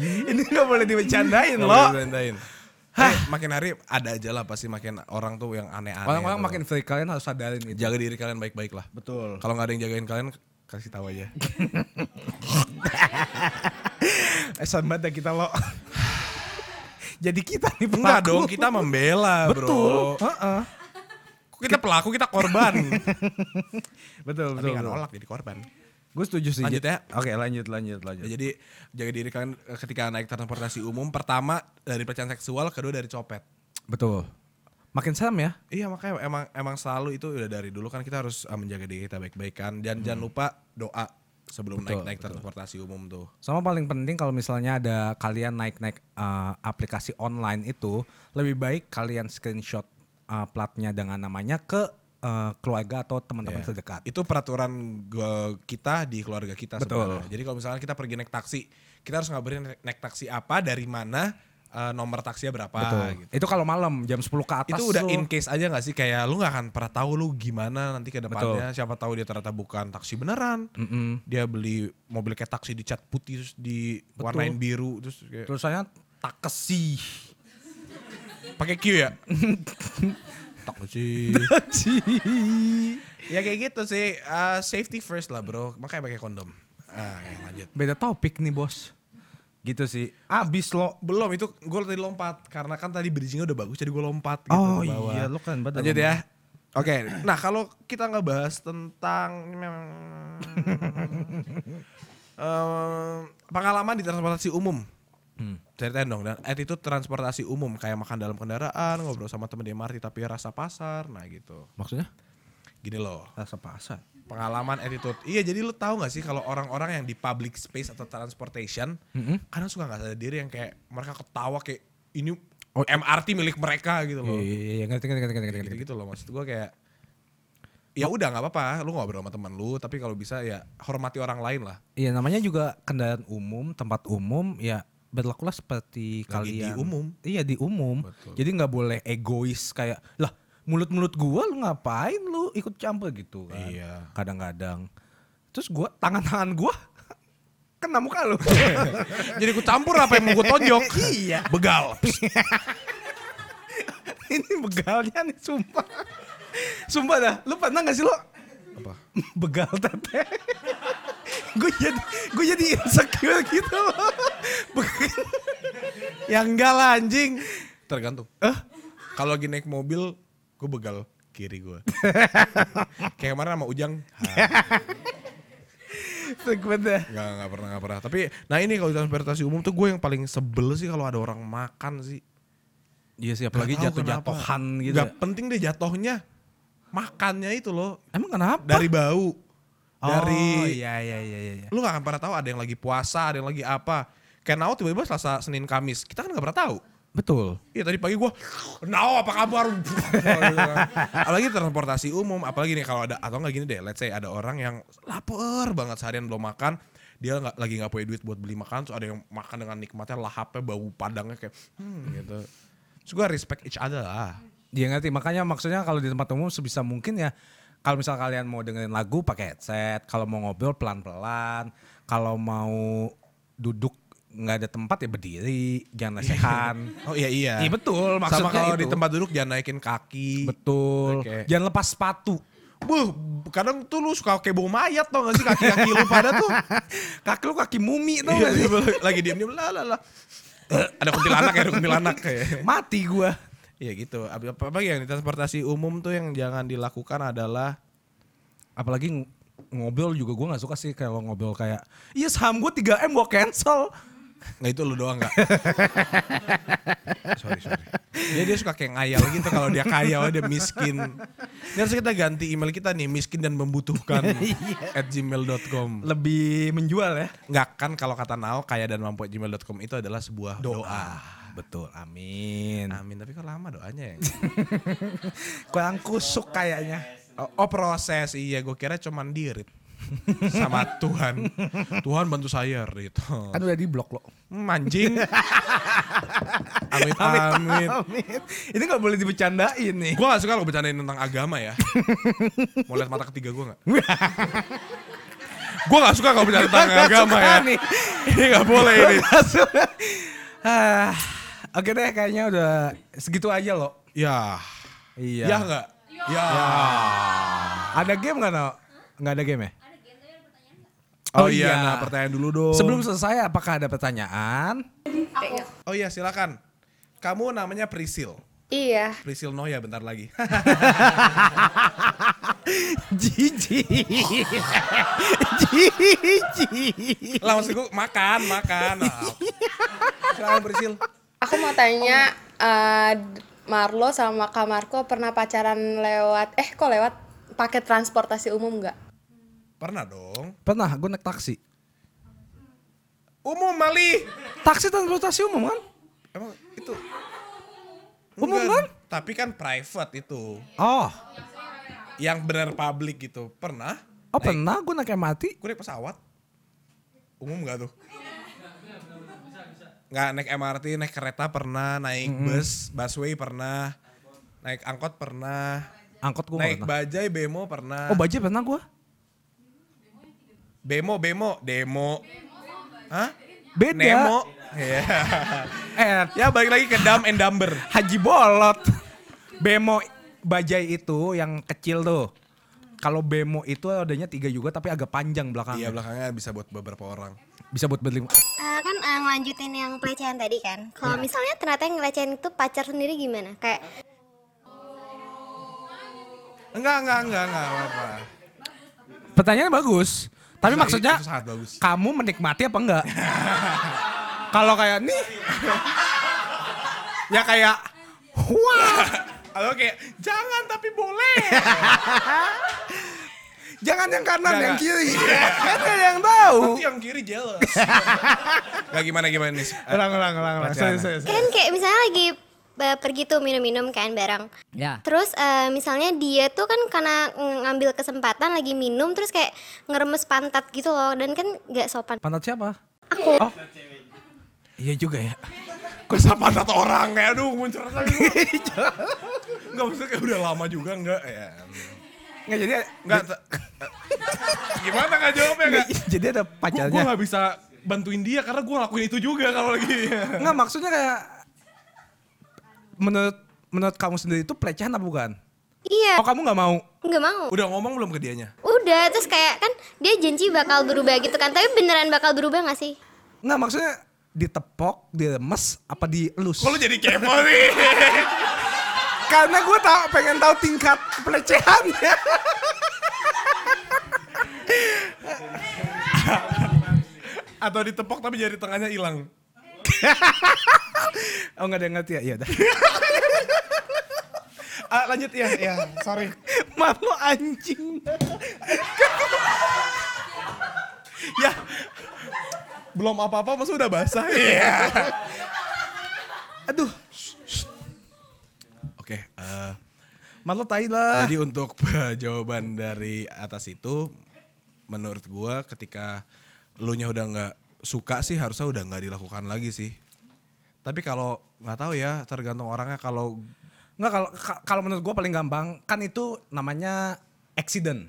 Ini enggak boleh dibecandain Nggak loh. boleh dibecandain. Eh, makin hari ada aja lah pasti makin orang tuh yang aneh-aneh. Orang-orang tuh. makin free kalian harus sadarin gitu. jaga diri kalian baik-baik lah. Betul. Kalau nggak ada yang jagain kalian kasih tahu aja. Eh, sambat dah kita lo. Jadi kita nih pelaku. Enggak dong, kita membela, Bro. Betul. Heeh. Kok kita pelaku, kita korban. Betul, Tapi betul. nggak betul. nolak jadi korban. Gue setuju sih. Lanjut ya. Oke lanjut lanjut lanjut. Ya, jadi jaga diri kalian eh, ketika naik transportasi umum. Pertama dari pelecehan seksual, kedua dari copet. Betul. Makin serem ya. Iya makanya emang emang selalu itu udah dari dulu kan kita harus eh, menjaga diri kita baik-baik kan. Dan jangan lupa doa sebelum Hmm. Betul, naik-naik transportasi umum tuh. Sama paling penting kalau misalnya ada kalian naik-naik eh, aplikasi online itu lebih baik kalian screenshot eh, platnya dengan namanya ke eh, keluarga atau teman-teman terdekat. Itu peraturan gua- kita di keluarga kita Betul. sebenarnya. Jadi kalau misalnya kita pergi naik taksi, kita harus ngabarin naik- naik taksi apa, dari mana, eh, nomor taksinya berapa Ah, gitu. Itu kalau malam jam 10 ke atas itu udah lu- in case aja gak sih kayak lu nggak akan pernah tahu lu gimana nanti ke depannya siapa tahu dia ternyata bukan taksi beneran Mm-mm. dia beli mobil kayak taksi dicat putih terus diwarnain biru terus kayak Tulisannya takesi. pakai Q ya taksi ya kayak gitu sih Uh, safety first lah bro makanya pakai kondom ah ya, lanjut Beda topik nih bos. Gitu sih. Abis lo. belum itu gue tadi lompat karena kan tadi bridgingnya udah bagus jadi gue lompat gitu Oh ke bawah. iya lo kan Lanjut ya. Oke, nah kalau kita ngebahas tentang Em, pengalaman di transportasi umum. Hmm. Ceritain dong dan attitude transportasi umum kayak makan dalam kendaraan, ngobrol sama temen di MRT tapi rasa pasar, nah gitu. Maksudnya? Gini loh, Rasa pasar. pengalaman attitude. Iya, jadi lu tahu nggak sih kalau orang-orang yang di public space atau transportation, kadang suka nggak sadar diri yang kayak mereka ketawa kayak ini MRT milik mereka gitu loh Iya iya iya ngerti ngerti ngerti ngerti ngerti. gitu, gitu loh maksud gue kayak ya udah nggak apa-apa lu ngobrol sama teman lu tapi kalau bisa ya hormati orang lain lah Iya namanya juga kendaraan umum, tempat umum ya berlakulah seperti Lagi di kalian. umum. Iya di umum. Jadi nggak boleh egois kayak lah mulut-mulut gua lu ngapain lu ikut campur gitu kan. Iya. Kadang-kadang. Terus gua tangan-tangan gua kena muka lu. jadi gue campur apa yang mau gue tonjok Iya. begal Psst, Ini begalnya nih sumpah. Sumpah dah, lu pernah gak sih lo apa begal teteh? gue jadi gue jadi insecure gitu loh. Begal. ya enggak lah anjing tergantung Eh, kalau lagi naik mobil gue begal kiri gue kayak kemarin sama Ujang ha, Segmen dah. nggak nggak pernah nggak pernah tapi nah ini kalau di transportasi umum tuh gue yang paling sebel sih kalau ada orang makan sih Iya sih, Nggak apalagi tahu jatuh-jatuhan kenapa. gitu. nggak penting deh jatuhnya makannya itu loh Emang kenapa? dari bau dari Oh iya iya iya iya. lu gak akan pernah tahu ada yang lagi puasa ada yang lagi apa kayak Nao tiba-tiba selasa Senin Kamis kita kan gak pernah tahu Betul. Iya tadi pagi gua Nao apa kabar apalagi transportasi umum apalagi nih kalau ada atau nggak gini deh let's say ada orang yang lapar banget seharian belum makan dia nggak lagi nggak punya duit buat beli makan terus ada yang makan dengan nikmatnya lahapnya bau padangnya kayak hmm, gitu terus gua respect each other lah Dia ngerti, makanya maksudnya kalau di tempat umum sebisa mungkin ya kalau misal kalian mau dengerin lagu pakai headset, kalau mau ngobrol pelan-pelan, kalau mau duduk nggak ada tempat ya berdiri, jangan lesehan. Oh iya iya. Iya betul, maksudnya Sama kalau itu. di tempat duduk jangan naikin kaki. Betul. Oke. Jangan lepas sepatu. Buh, kadang tuh lu suka kayak bau mayat tau gak sih kaki-kaki lu pada tuh. Kaki lu kaki mumi tau Iya, gak sih? lagi diam-diam lah lah lah. Eh, ada kuntilanak ya, ada kuntilanak kayak. Mati gua. Iya gitu. Apa apa lagi yang di transportasi umum tuh yang jangan dilakukan adalah Apalagi ng- ngobrol juga gue gak suka sih kalau ngobrol kayak Iya saham gua 3M gua cancel. Nah itu lu doang gak? sorry, sorry. Dia, dia suka kayak ngayal gitu kalau dia kaya, oh, dia miskin. Ini harus kita ganti email kita nih, miskin dan membutuhkan at gmail.com. Lebih menjual ya. Nggak kan kalau kata Nao, kaya dan mampu at gmail.com itu adalah sebuah doa. Ah, Betul, amin. Amin, tapi kok lama doanya ya? Kurang kusuk kayaknya. Oh, oh, proses, iya gue kira cuman dirit sama Tuhan. Tuhan bantu saya, Rit. Hmm, kan udah di blok lo. Mancing. Amit, amit. Amin. Ini gak boleh dibercandain nih. Gue gak suka lo bercandain tentang agama ya. Mau lihat mata ketiga gue gak? gue gak suka kalau bercanda tentang Gak agama suka ya. nih. Ini gak boleh ini. Ah, Oke deh kayaknya udah segitu aja loh. Ya. Iya. Ya, gak? Ya. Ada game gak no? Gak ada game ya? Oh, Oh iya, iya. nah pertanyaan dulu dong. Sebelum selesai apakah ada pertanyaan? Oh iya silakan. Kamu namanya Prisil. Iya. Prisil Noya bentar lagi. Jiji. Jiji. lah maksud gue makan, makan. Iya. Ah. silakan Prisil. Aku mau tanya eh, Marlo sama Kak Marco pernah pacaran lewat eh kok lewat pakai transportasi umum nggak? Pernah dong. Pernah gue naik taksi. Umum Mali. Taksi transportasi umum kan? Emang itu Umum Enggak, Tapi kan private itu. Oh, yang benar publik gitu pernah oh pernah gue naik MRT. gue naik pesawat umum gak tuh nggak naik MRT naik kereta pernah naik bus busway pernah naik angkot pernah Angkot gue naik pernah. bajai bemo pernah Oh bajaj pernah gue. bemo bemo demo Hah? Beda. Nemo Iya. Eh, ya balik lagi ke dumb and dumber Haji Bolot. Bemo bajai itu yang kecil tuh. Kalau bemo itu rodanya tiga juga tapi agak panjang iya belakangnya. belakangnya bisa buat beberapa orang Bisa buat berlima. Eh, kan eh, ngelanjutin yang pelecehan tadi kan kalau misalnya ternyata yang ngelecehin itu pacar sendiri gimana kayak enggak enggak enggak enggak apa, -apa. Pertanyaan bagus. Tapi Itu- maksudnya itu sangat bagus Kamu menikmati apa enggak? kalau kayak nih ya kayak Atau kayak Ah, jangan tapi boleh jangan yang kanan, Enggak, yang enggak. kiri. kan gak ada yang tahu. Nanti yang kiri jealous. Gak gimana gimana nih. Ulang, ulang, ulang, ulang. Sorry, sorry, sorry. kan kayak misalnya lagi eh, pergi tuh minum-minum kan bareng Ya. terus eh, misalnya dia tuh kan karena ng- ngambil kesempatan lagi minum terus kayak ngeremes pantat gitu loh dan kan nggak sopan pantat siapa? aku Oh. Iya juga ya. Kesal pantat orang kayak aduh muncul lagi. Enggak maksudnya kayak udah lama juga enggak ya. Nggak, jadi Enggak t- gimana nggak jawabnya Iya, enggak? jadi ada Gue pacarnya. gue nggak bisa bantuin dia karena gue lakuin itu juga kalau lagi. Enggak maksudnya kayak menurut menurut kamu sendiri itu pelecehan apa bukan? iya Oh kamu nggak mau? nggak mau Udah ngomong belum ke dianya? udah terus kayak kan dia janji bakal berubah gitu kan tapi beneran bakal berubah nggak sih Enggak maksudnya ditepok, diremes, apa dielus? Kok lu jadi kepo sih? Karena gue tahu pengen tahu tingkat pelecehannya. Atau ditepok tapi jari tengahnya hilang. Oh nggak ada yang ngerti ya? Iya dah. Ah, lanjut ya, ya, sorry. Maaf lo anjing. ya, belum apa-apa masa udah basah. Iya. Aduh, Oke, eh, malu tai lah. Jadi untuk eh, jawaban dari atas itu, menurut gua ketika lu nya udah nggak suka sih harusnya udah nggak dilakukan lagi sih. Tapi kalau nggak tahu ya tergantung orangnya kalau Enggak kalau ka- kalau menurut gue paling gampang kan itu namanya accident.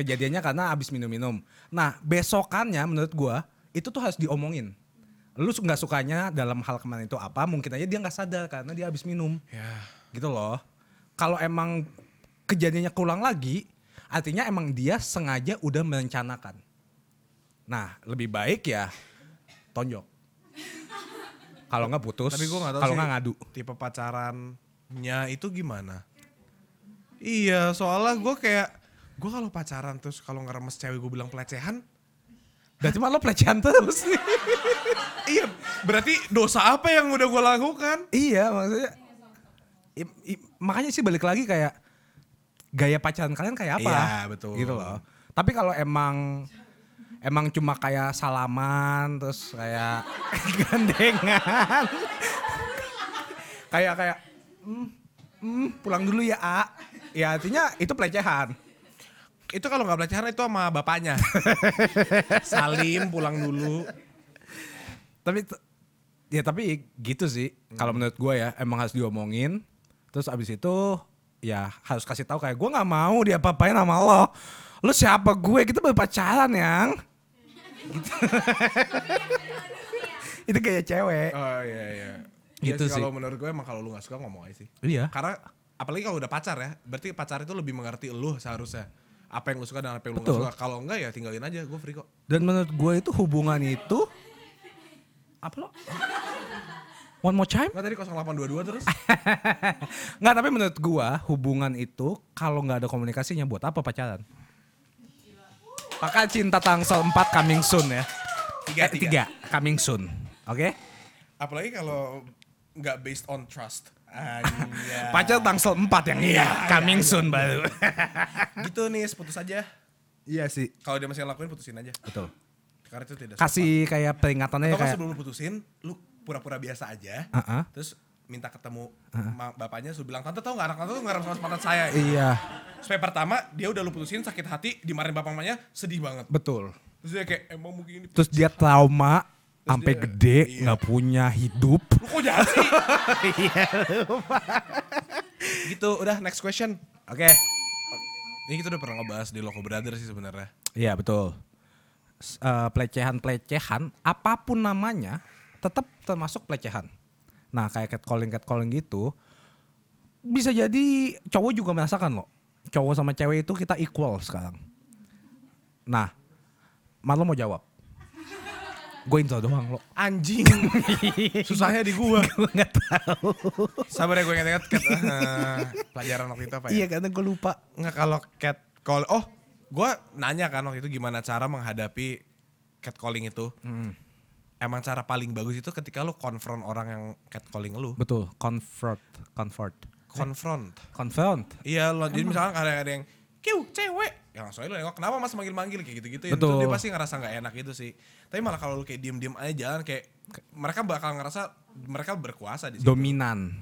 Kejadiannya karena abis minum-minum. Nah besokannya menurut gue itu tuh harus diomongin. Lu su- nggak sukanya dalam hal kemarin itu apa? Mungkin aja dia nggak sadar karena dia abis minum. ya Gitu loh. Kalau emang kejadiannya keulang lagi, Artinya emang dia sengaja udah merencanakan. Nah, lebih baik ya tonjok. Kalau nggak putus, Tapi gue gak tau kalau sih nggak ngadu. tipe pacarannya itu gimana. Iya soalnya gue kayak, gue kalau pacaran terus kalau ngeremes cewek gue bilang pelecehan, Berarti malah pelecehan terus. iya berarti dosa apa yang udah gue lakukan? iya, maksudnya. i- i- makanya sih balik lagi kayak gaya pacaran kalian kayak apa? Iya, betul. Gitu loh. Tapi kalau emang emang cuma kayak salaman terus kayak gandengan. kayak kayak "Hmm, hmm, pulang dulu ya, A. Ya artinya itu pelecehan. Itu kalau nggak pelecehan itu sama bapaknya. Salim pulang dulu. tapi t- ya tapi gitu sih kalau menurut gue ya emang harus diomongin terus abis itu ya harus kasih tahu kayak gue nggak mau diapa-apain sama lo lo siapa gue kita baru pacaran yang gitu. itu kayak cewek Oh iya iya. Gitu Gitu sih. Kalau menurut gue emang kalau lu nggak suka ngomong aja sih. Iya. Karena apalagi kalau udah pacar ya, berarti pacar itu lebih mengerti lu seharusnya. Apa yang lu suka dan apa yang lu nggak Betul. suka. Kalau enggak ya tinggalin aja, gue free kok. dan menurut gue itu hubungan itu apa lo one more time Enggak tadi 0822 terus. Ah, nggak tapi menurut gue hubungan itu kalau nggak ada komunikasinya buat apa pacaran Maka cinta tangsel 4 coming soon ya. tiga, Eh, tiga. coming soon. Oke. Apalagi kalau nggak based on trust. Anjay. Pacar tangsel 4 yang iya, coming soon baru. gitu nih, putus aja. iya sih, Kalau dia masih ngelakuin putusin aja. betul. Karena itu tidak Kasih kayak peringatannya Atau kan Iya, kayak sebelum lu putusin, lu pura-pura biasa aja. Heeh. Terus minta ketemu ma- bapaknya, lu bilang, tante tau gak anak tante tuh ngarep sama semangat saya. Iya, Supaya pertama, dia udah lu putusin sakit hati, dimarahin bapak mamanya, sedih banget. betul. Terus dia kayak, emang mungkin ini, Terus dia trauma sampai dia- gede iya. nggak punya hidup. lu kok jahat sih? Iya, gitu, udah next question. Oke. Ini kita udah pernah ngebahas di Loko Brother sih sebenarnya. Iya, betul. S- eh, pelecehan-pelecehan apapun namanya tetap termasuk pelecehan. Nah, kayak catcalling catcalling gitu bisa jadi cowok juga merasakan loh. Cowok sama cewek itu kita equal sekarang. Nah, Marlo mau jawab. Gue intro doang lo. Anjing. Susahnya di gua. gue gak tahu. Sabar ya gue ingat-ingat cat- eh, pelajaran waktu itu apa ya? Iya karena gue lupa. Nggak kalau cat call. Oh, gue nanya kan waktu itu gimana cara menghadapi cat calling itu. Hmm. Emang cara paling bagus itu ketika lu konfront orang yang cat calling lu. Betul, comfort, comfort, Konfront. confront. Iya, lo jadi misalkan ada ada yang kiu cewek. Ya langsung aja lo nengok kenapa mas manggil-manggil kayak gitu-gitu. Itu Betul. dia pasti ngerasa nggak enak gitu sih. Tapi malah kalau lu kayak diem-diem aja jalan kayak mereka bakal ngerasa mereka berkuasa di situ. Dominan.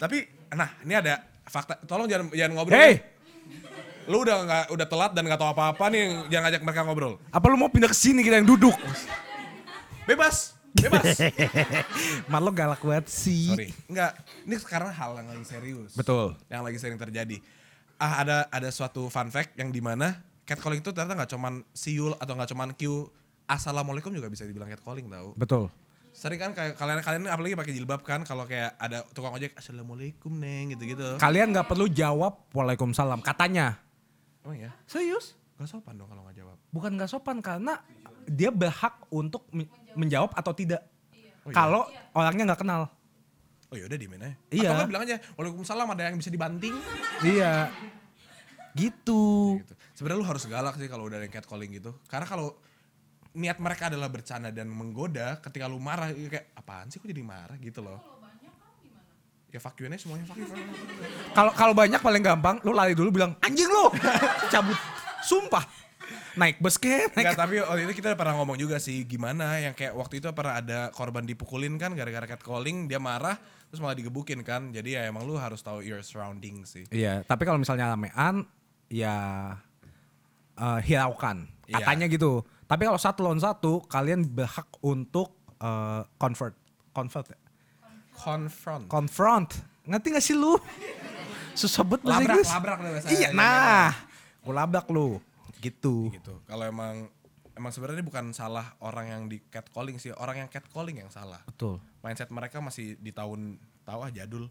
Tapi nah, ini ada fakta. Tolong jangan jangan ngobrol. ya. Hey, Lu udah nggak udah telat dan nggak tahu apa-apa nih, jangan ajak mereka ngobrol. apa lu mau pindah ke sini kita yang duduk? Bebas, bebas. Eh, Marlo galak banget sih. Sorry. Enggak, ini sekarang hal yang lagi serius. Betul. Yang lagi sering terjadi. Ah, ada ada suatu fun fact yang dimana catcalling itu ternyata nggak cuman siul atau nggak cuman Q. Assalamualaikum juga bisa dibilang catcalling tau. Betul. Sering kan kayak kalian kalian apalagi pakai jilbab kan kalau kayak ada tukang ojek assalamualaikum neng gitu-gitu. Kalian nggak perlu jawab waalaikumsalam katanya. Emang ya? Serius? Gak sopan dong kalau nggak jawab. Bukan nggak sopan karena dia berhak untuk men- menjawab atau tidak. Oh, iya. Kalau orangnya nggak kenal. Oh yaudah diemin aja. Iya. Atau nggak bilang aja, waalaikumsalam ada yang bisa dibanting. Iya. Gitu. gitu. Sebenarnya lu harus galak sih kalau udah ada yang catcalling gitu. Karena kalau niat mereka adalah bercanda dan menggoda, ketika lu marah ya kayak apaan sih kok jadi marah gitu loh. Ya fuck you aja semuanya fuck you. fuck you. Kalau kalau banyak paling gampang lu lari dulu bilang anjing lu. Cabut. Sumpah. Naik bus ke, naik Enggak, tapi waktu itu kita pernah ngomong juga sih gimana yang kayak waktu itu pernah ada korban dipukulin kan gara-gara catcalling, dia marah terus malah digebukin kan. Jadi ya emang lu harus tahu your surrounding sih. Iya, tapi kalau misalnya ramean ya eh, hiraukan. Iya. Katanya gitu. Tapi kalau satu lawan satu, kalian berhak untuk eh, convert. Convert. ya? Confront. Confront. Ngerti gak sih lu? Susah banget bahasa Labrak, Inggris. labrak deh bahasa Iya, Inggrisnya. nah. Gue labrak lu. Gitu. gitu. Kalau emang emang sebenarnya ini bukan salah orang yang di catcalling sih, orang yang catcalling yang salah. Betul. mindset mereka masih di tahun tahu ah jadul.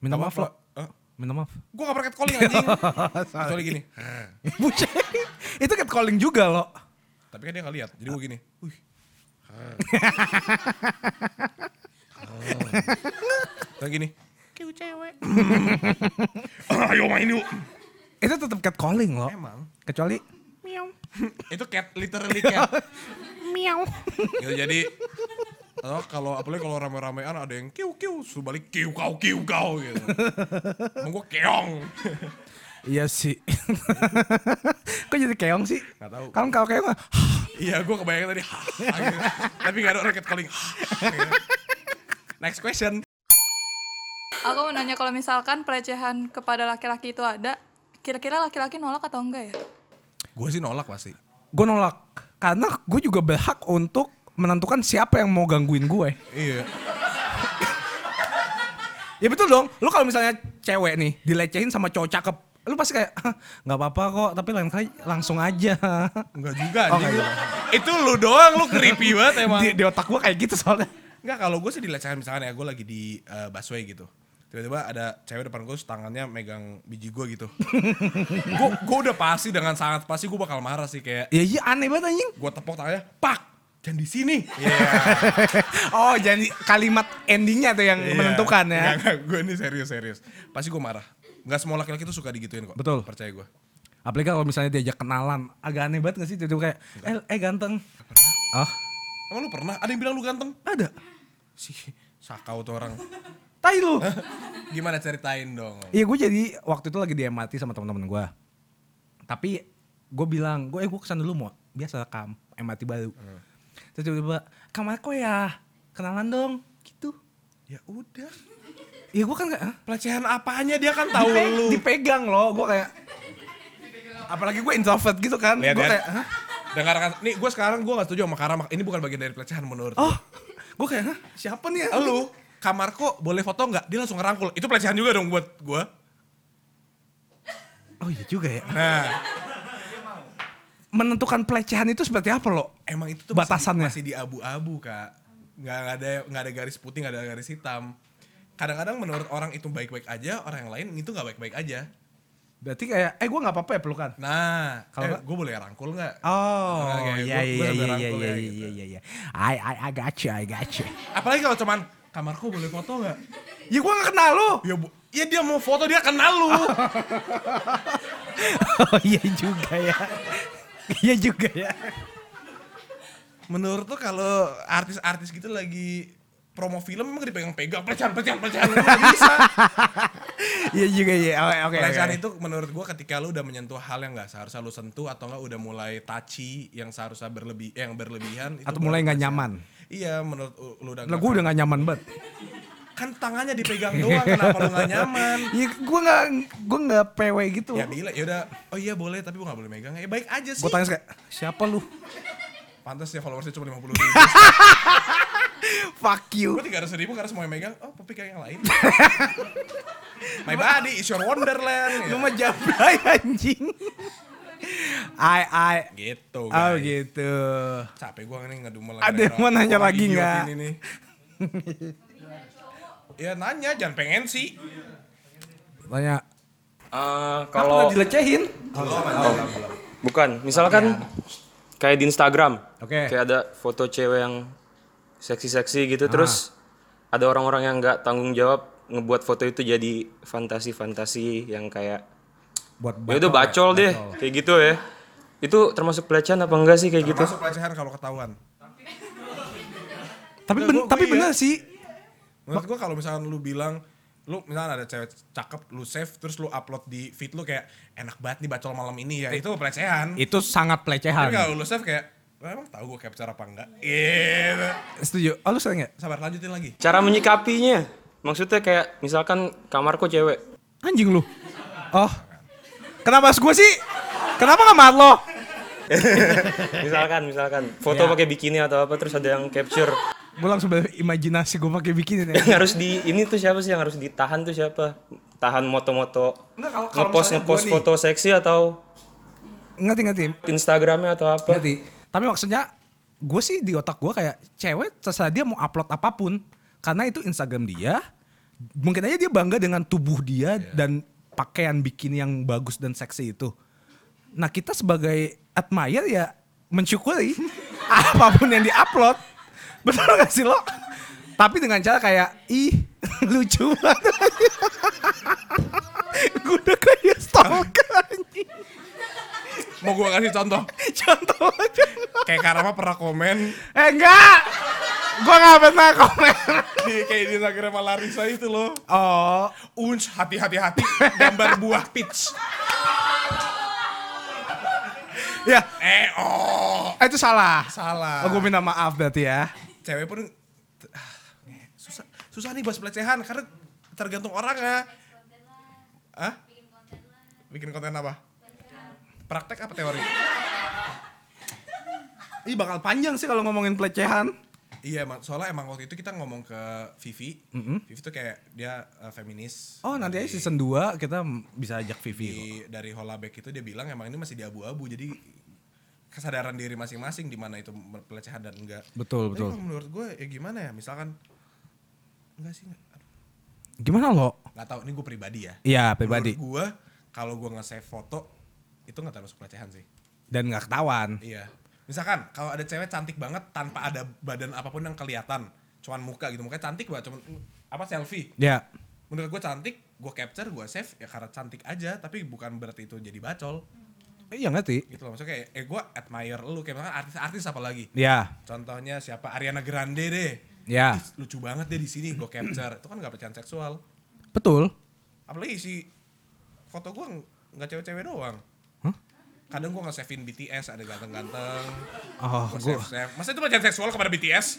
Minta Tahu maaf, apa- Eh, Minta maaf. Gue gak pernah catcalling anjing. Kecuali gini. Buset. itu catcalling juga loh. Tapi kan dia gak lihat. Jadi gue gini. Wih. Dan gini. Kayak cewek. Ayo main yuk. Itu tetap catcalling loh. Emang. Kecuali Itu cat, literally cat. Miau. Gitu, jadi atau kalau apalagi kalau rame-ramean ada yang kiu kiu, suruh balik kiu kau kiu kau gitu. Emang gue keong. iya sih. Kok jadi keong sih? Gak tahu. Kalau kalau keong Iya, gue kebayang tadi. "Hah," gitu. Tapi gak ada orang catcalling. "Hah," gitu. Next question. Aku mau nanya kalau misalkan pelecehan kepada laki-laki itu ada, kira-kira laki-laki nolak atau enggak ya? Gue sih nolak pasti. gue nolak karena gue juga berhak untuk menentukan siapa yang mau gangguin gue. Iya. Ya betul dong. Lu kalau misalnya cewek nih dilecehin sama cowok cakep, lu pasti kayak "Hah, nggak apa-apa kok, tapi lain kali langsung aja. Enggak juga Oh, anjing. enggak Itu lu doang lu creepy banget emang. di, di otak gue kayak gitu soalnya. Enggak kalau gue sih dilecehin misalkan ya gue lagi di eh, busway gitu. Tiba-tiba ada cewek depan gue terus tangannya megang biji gue gitu. gue gue udah pasti dengan sangat pasti gue bakal marah sih kayak Ya iya aneh banget anjing. gue tepok tangannya, "Pak, jangan di sini." Iya. Oh jadi kalimat endingnya tuh yang menentukan ya. gue ini serius-serius. Pasti gue marah. Enggak semua laki-laki tuh suka digituin kok. Betul. Percaya gue. Apalagi kalau misalnya diajak kenalan, agak aneh banget gak sih? Tiba-tiba kayak, eh, eh ganteng. Oh, Emang lu pernah ada yang bilang lu ganteng? ada. Si sakau tuh orang. Tai lu. Gimana ceritain dong? Iya gue jadi waktu itu lagi di MRT sama teman-teman gue. Tapi gue bilang, gue eh gue kesana dulu mau biasa kam MRT baru. Hmm. Terus tiba-tiba, kamar kok ya kenalan dong gitu. Ya udah. Iya gue kan kayak, "Hah?" Pelecehan apanya dia kan tahu Dipe- lu. dipegang loh, gue kayak apalagi gue introvert gitu kan, gue Lihat ya. kayak, "Hah?" Dengarkan. Nih gue sekarang gue gak setuju sama Karam. Ini bukan bagian dari pelecehan menurut. oh, gue kayak, "Hah? siapa nih? ya?" Oh, Lu kamarku boleh foto nggak? Dia langsung ngerangkul. Itu pelecehan juga dong buat gue. Oh iya juga ya. Nah, Menentukan pelecehan itu seperti apa loh? emang itu tuh Batasannya. masih, di- masih di abu-abu kak. Nggak nggak ada nggak ada garis putih, nggak ada garis hitam. Kadang-kadang menurut orang itu baik-baik aja, orang yang lain itu nggak baik-baik aja. Berarti kayak, eh gue nggak apa-apa ya pelukan. Nah, Kalau kalau nggak- gue boleh rangkul nggak? Oh, Nah, kayak iya gua- iya gua sambil iya iya rangkul iya ya, iya gitu. iya iya. I I I got you, I got you. Apalagi kalau cuman kamarku boleh foto nggak? Ya gua gak kenal lo. Ya, bu, ya dia mau foto dia kenal lu. Oh iya juga ya. Iya juga ya. Menurut tuh kalau artis-artis gitu lagi promo film emang dipegang-pegang pelecehan pelecehan pelecehan lu nggak bisa Iya juga ya. Oke oke. pelecehan oke. itu menurut gua ketika lu udah menyentuh hal yang nggak seharusnya lu sentuh atau nggak udah mulai touchy yang seharusnya berlebih eh, yang berlebihan itu Atau mulai baru nggak pelecehan. nyaman. iya menurut u- lu udah Lah nggak- gua udah gak nyaman banget. kan tangannya dipegang doang kenapa lu nggak nyaman Iya gua gak gua gak PW gitu. ya bila ya udah oh iya boleh tapi gua nggak boleh megang ya baik aja sih Gua tanya kayak siapa lu? pantas ya followersnya cuma lima puluh ribu Fuck you. gue tiga ratus ribu karena semua yang megang oh tapi kayak yang lain my body is your wonderland ya. Lu mah jablay anjing. I I gitu Oh guys. gitu. capek gue ini ngedumel Ada yang mau nanya lagi nggak? ini ya nanya jangan pengen sih Tanya Eh, kalau kalau dilecehin. bukan, misalkan kayak di Instagram, Iya. Oke. kayak ada foto cewek yang seksi-seksi Ah. gitu, terus ada orang-orang yang nggak tanggung jawab ngebuat foto itu jadi fantasi-fantasi yang kayak Buat ya udah bacol deh, kayak gitu ya. Itu termasuk pelecehan apa enggak sih kayak gitu? masuk pelecehan kalau ketahuan Tapi Nggak, ben- gua- tapi gua bener iya. sih. menurut gue kalau misalkan lu bilang lu misalkan ada cewek cakep lu save terus lu upload di feed lu kayak enak banget nih bacol malam ini ya itu pelecehan Itu sangat tapi pelecehan. kalau lu save kayak "Lah, emang tahu gue capture apa enggak gitu Setuju. Oh lu sering gak? sabar lanjutin lagi Cara menyikapinya, maksudnya kayak misalkan kamarku cewek, Anjing lu. Oh. Kenapa harus gue sih? Kenapa gak maat lo? misalkan misalkan foto Iya. pakai bikini atau apa, terus ada yang capture Gue langsung berimajinasi gue pakai ya. bikini nih. yang harus di ini tuh siapa sih yang harus ditahan tuh siapa tahan moto-moto Nggak, kalau- kalau ngepost misalnya ngepost gua nih. foto seksi atau Ngerti ngerti. instagramnya atau apa Ngerti. Tapi maksudnya gue sih di otak gue kayak cewek terserah dia mau upload apapun karena itu Instagram dia mungkin aja dia bangga dengan tubuh dia dan pakaian bikini yang bagus dan seksi itu. Nah kita sebagai admirer ya mensyukuri apapun yang diupload. Betul gak sih lo? Tapi dengan cara kayak ih lucu banget. Gue udah kayak stalker anjing. Mau gue kasih contoh. Contoh aja. Kayak Karama pernah komen Eh enggak. Gue gak pernah komen. di kayak di Instagram Larissa itu loh. Oh, Unch hati-hati hati gambar buah peach. ya. Eh oh. Eh, itu salah. Salah. Oh, gue minta maaf berarti ya. Cewek pun ah, susah susah nih bahas pelecehan karena tergantung orang ya. Hah? Bikin konten apa? Praktek apa teori? Ih bakal panjang sih kalau ngomongin pelecehan. Iya, emang- soalnya emang waktu itu kita ngomong ke Vivi. Vivi tuh kayak dia eh, feminis. Oh nanti aja Di- season 2 kita bisa ajak Vivi. di- dari Holabek itu dia bilang emang ini masih di abu-abu. Jadi kesadaran diri masing-masing di mana itu pelecehan dan enggak. Betul, Tapi betul. emang menurut gue ya gimana ya? Misalkan enggak sih enggak. Aduh, Iya. Gimana lo? nggak tahu ini gue pribadi ya. Iya pribadi Menurut gue kalau gue nge-save foto itu nggak termasuk pelecehan sih. dan nggak ketahuan. Iya. Misalkan kalau ada cewek cantik banget tanpa ada badan apapun yang kelihatan, cuman muka gitu, mukanya cantik banget, cuman apa selfie. Ya Menurut gue cantik, gue capture, gue save ya karena cantik aja, tapi bukan berarti itu jadi bacol. iya ngerti. Gitu loh, maksudnya kayak eh gue admire lu kayak misalkan artis-artis apa lagi. Ya Contohnya siapa Ariana Grande deh. ya Lucu banget deh di sini gue capture. itu kan gak pelecehan seksual. betul. Apalagi si foto gue nggak cewek-cewek doang. Kadang gue nge-savein BTS ada ganteng-ganteng. Oh Gua gue save save. Masa itu pelecehan seksual kepada BTS?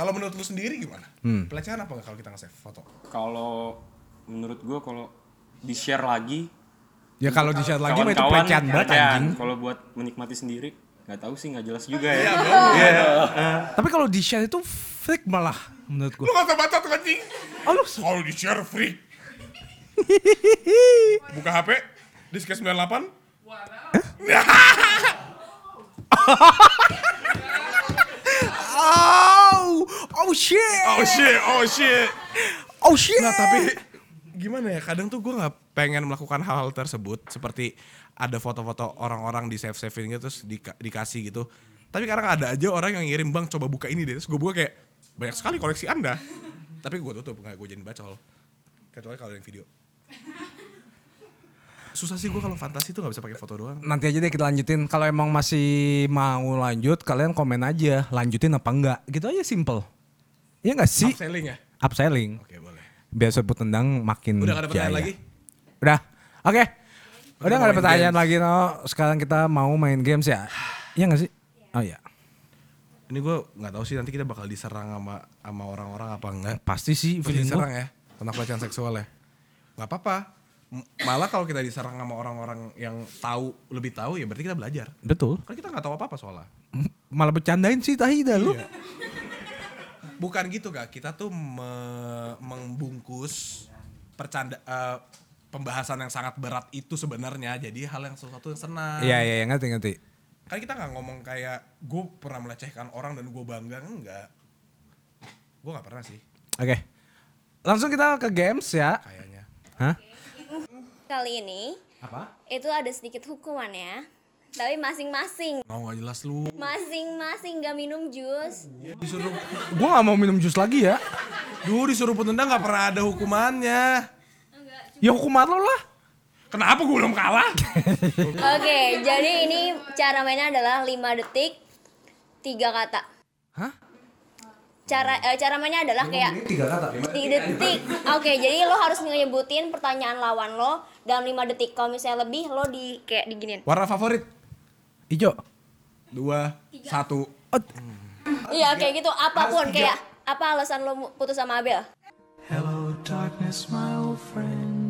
Kalau menurut lu sendiri gimana? Pelecehan apa nggak kalau kita nge-save foto? Kalau menurut gue kalau di share lagi ya kalau di share lagi mah itu kawan-kawan pelecehan banget ada. anjing. Iya, Kalau buat menikmati sendiri nggak tahu sih nggak jelas juga ya. Tapi kalau di share itu freak malah menurut gue. Lu nggak usah baca tuh anjing. Oh lu Kalau di share free. Buka HP, disk 98. oh oh shit Oh shit, oh shit. oh shit. Nah tapi gimana ya kadang tuh gue nggak pengen melakukan hal-hal tersebut seperti ada foto-foto orang-orang di save savein gitu terus dika- dikasih gitu tapi kadang ada aja orang yang ngirim bang coba buka ini deh terus gue buka kayak banyak sekali koleksi anda tapi gue tutup nggak gue jadi bacol kecuali kalau ada yang video susah sih gue kalau fantasi tuh nggak bisa pakai foto doang nanti aja deh kita lanjutin. Kalau emang masih mau lanjut, kalian komen aja lanjutin apa enggak. Gitu aja simple. Iya enggak sih? upselling ya Upselling. oke boleh Hmm, ya, Biar serput tendang makin udah gak ada pertanyaan jaya. lagi Udah. Oke. Udah Kita gak ada main pertanyaan games. lagi no. Sekarang kita mau main games ya. Iya gak sih? Oh iya. ini gue nggak tahu sih nanti kita bakal diserang sama sama orang-orang apa enggak Pasti Terus sih feeling diserang gue. ya tentang pelecehan seksual ya nggak apa-apa M- malah kalau kita diserang sama orang-orang yang tahu lebih tahu ya berarti kita belajar Betul. kan kita nggak tahu apa-apa soalnya Malah bercandain sih Tahida lu. Iya. bukan gitu kak kita tuh me- membungkus percanda eh, pembahasan yang sangat berat itu sebenarnya jadi hal yang sesuatu yang senang Iya, iya, iya, ngerti, ngerti. kan kita nggak ngomong kayak gue pernah melecehkan orang dan gue bangga enggak gue nggak pernah sih Oke. Langsung kita ke games ya. kayaknya Hah? Kali ini Apa? itu ada sedikit hukuman ya. Tapi masing-masing, mau nggak jelas lu masing-masing gak minum jus. disuruh Gue gak mau minum jus lagi ya. duh disuruh penendang nggak pernah ada hukumannya Ya hukuman lo lah. Kenapa gue belum kalah? Oke, jadi ini cara mainnya adalah 5 detik, tiga kata. Hah? Cara eh, cara mainnya adalah kayak Tiga kata. tiga detik. Oke, jadi lo harus nyebutin pertanyaan lawan lo dalam 5 detik. Kalau misalnya lebih lo di kayak diginin. Warna favorit? Ijo. Dua, satu. Iya, kayak gitu apapun kayak apa alasan lo mu- putus sama Abel?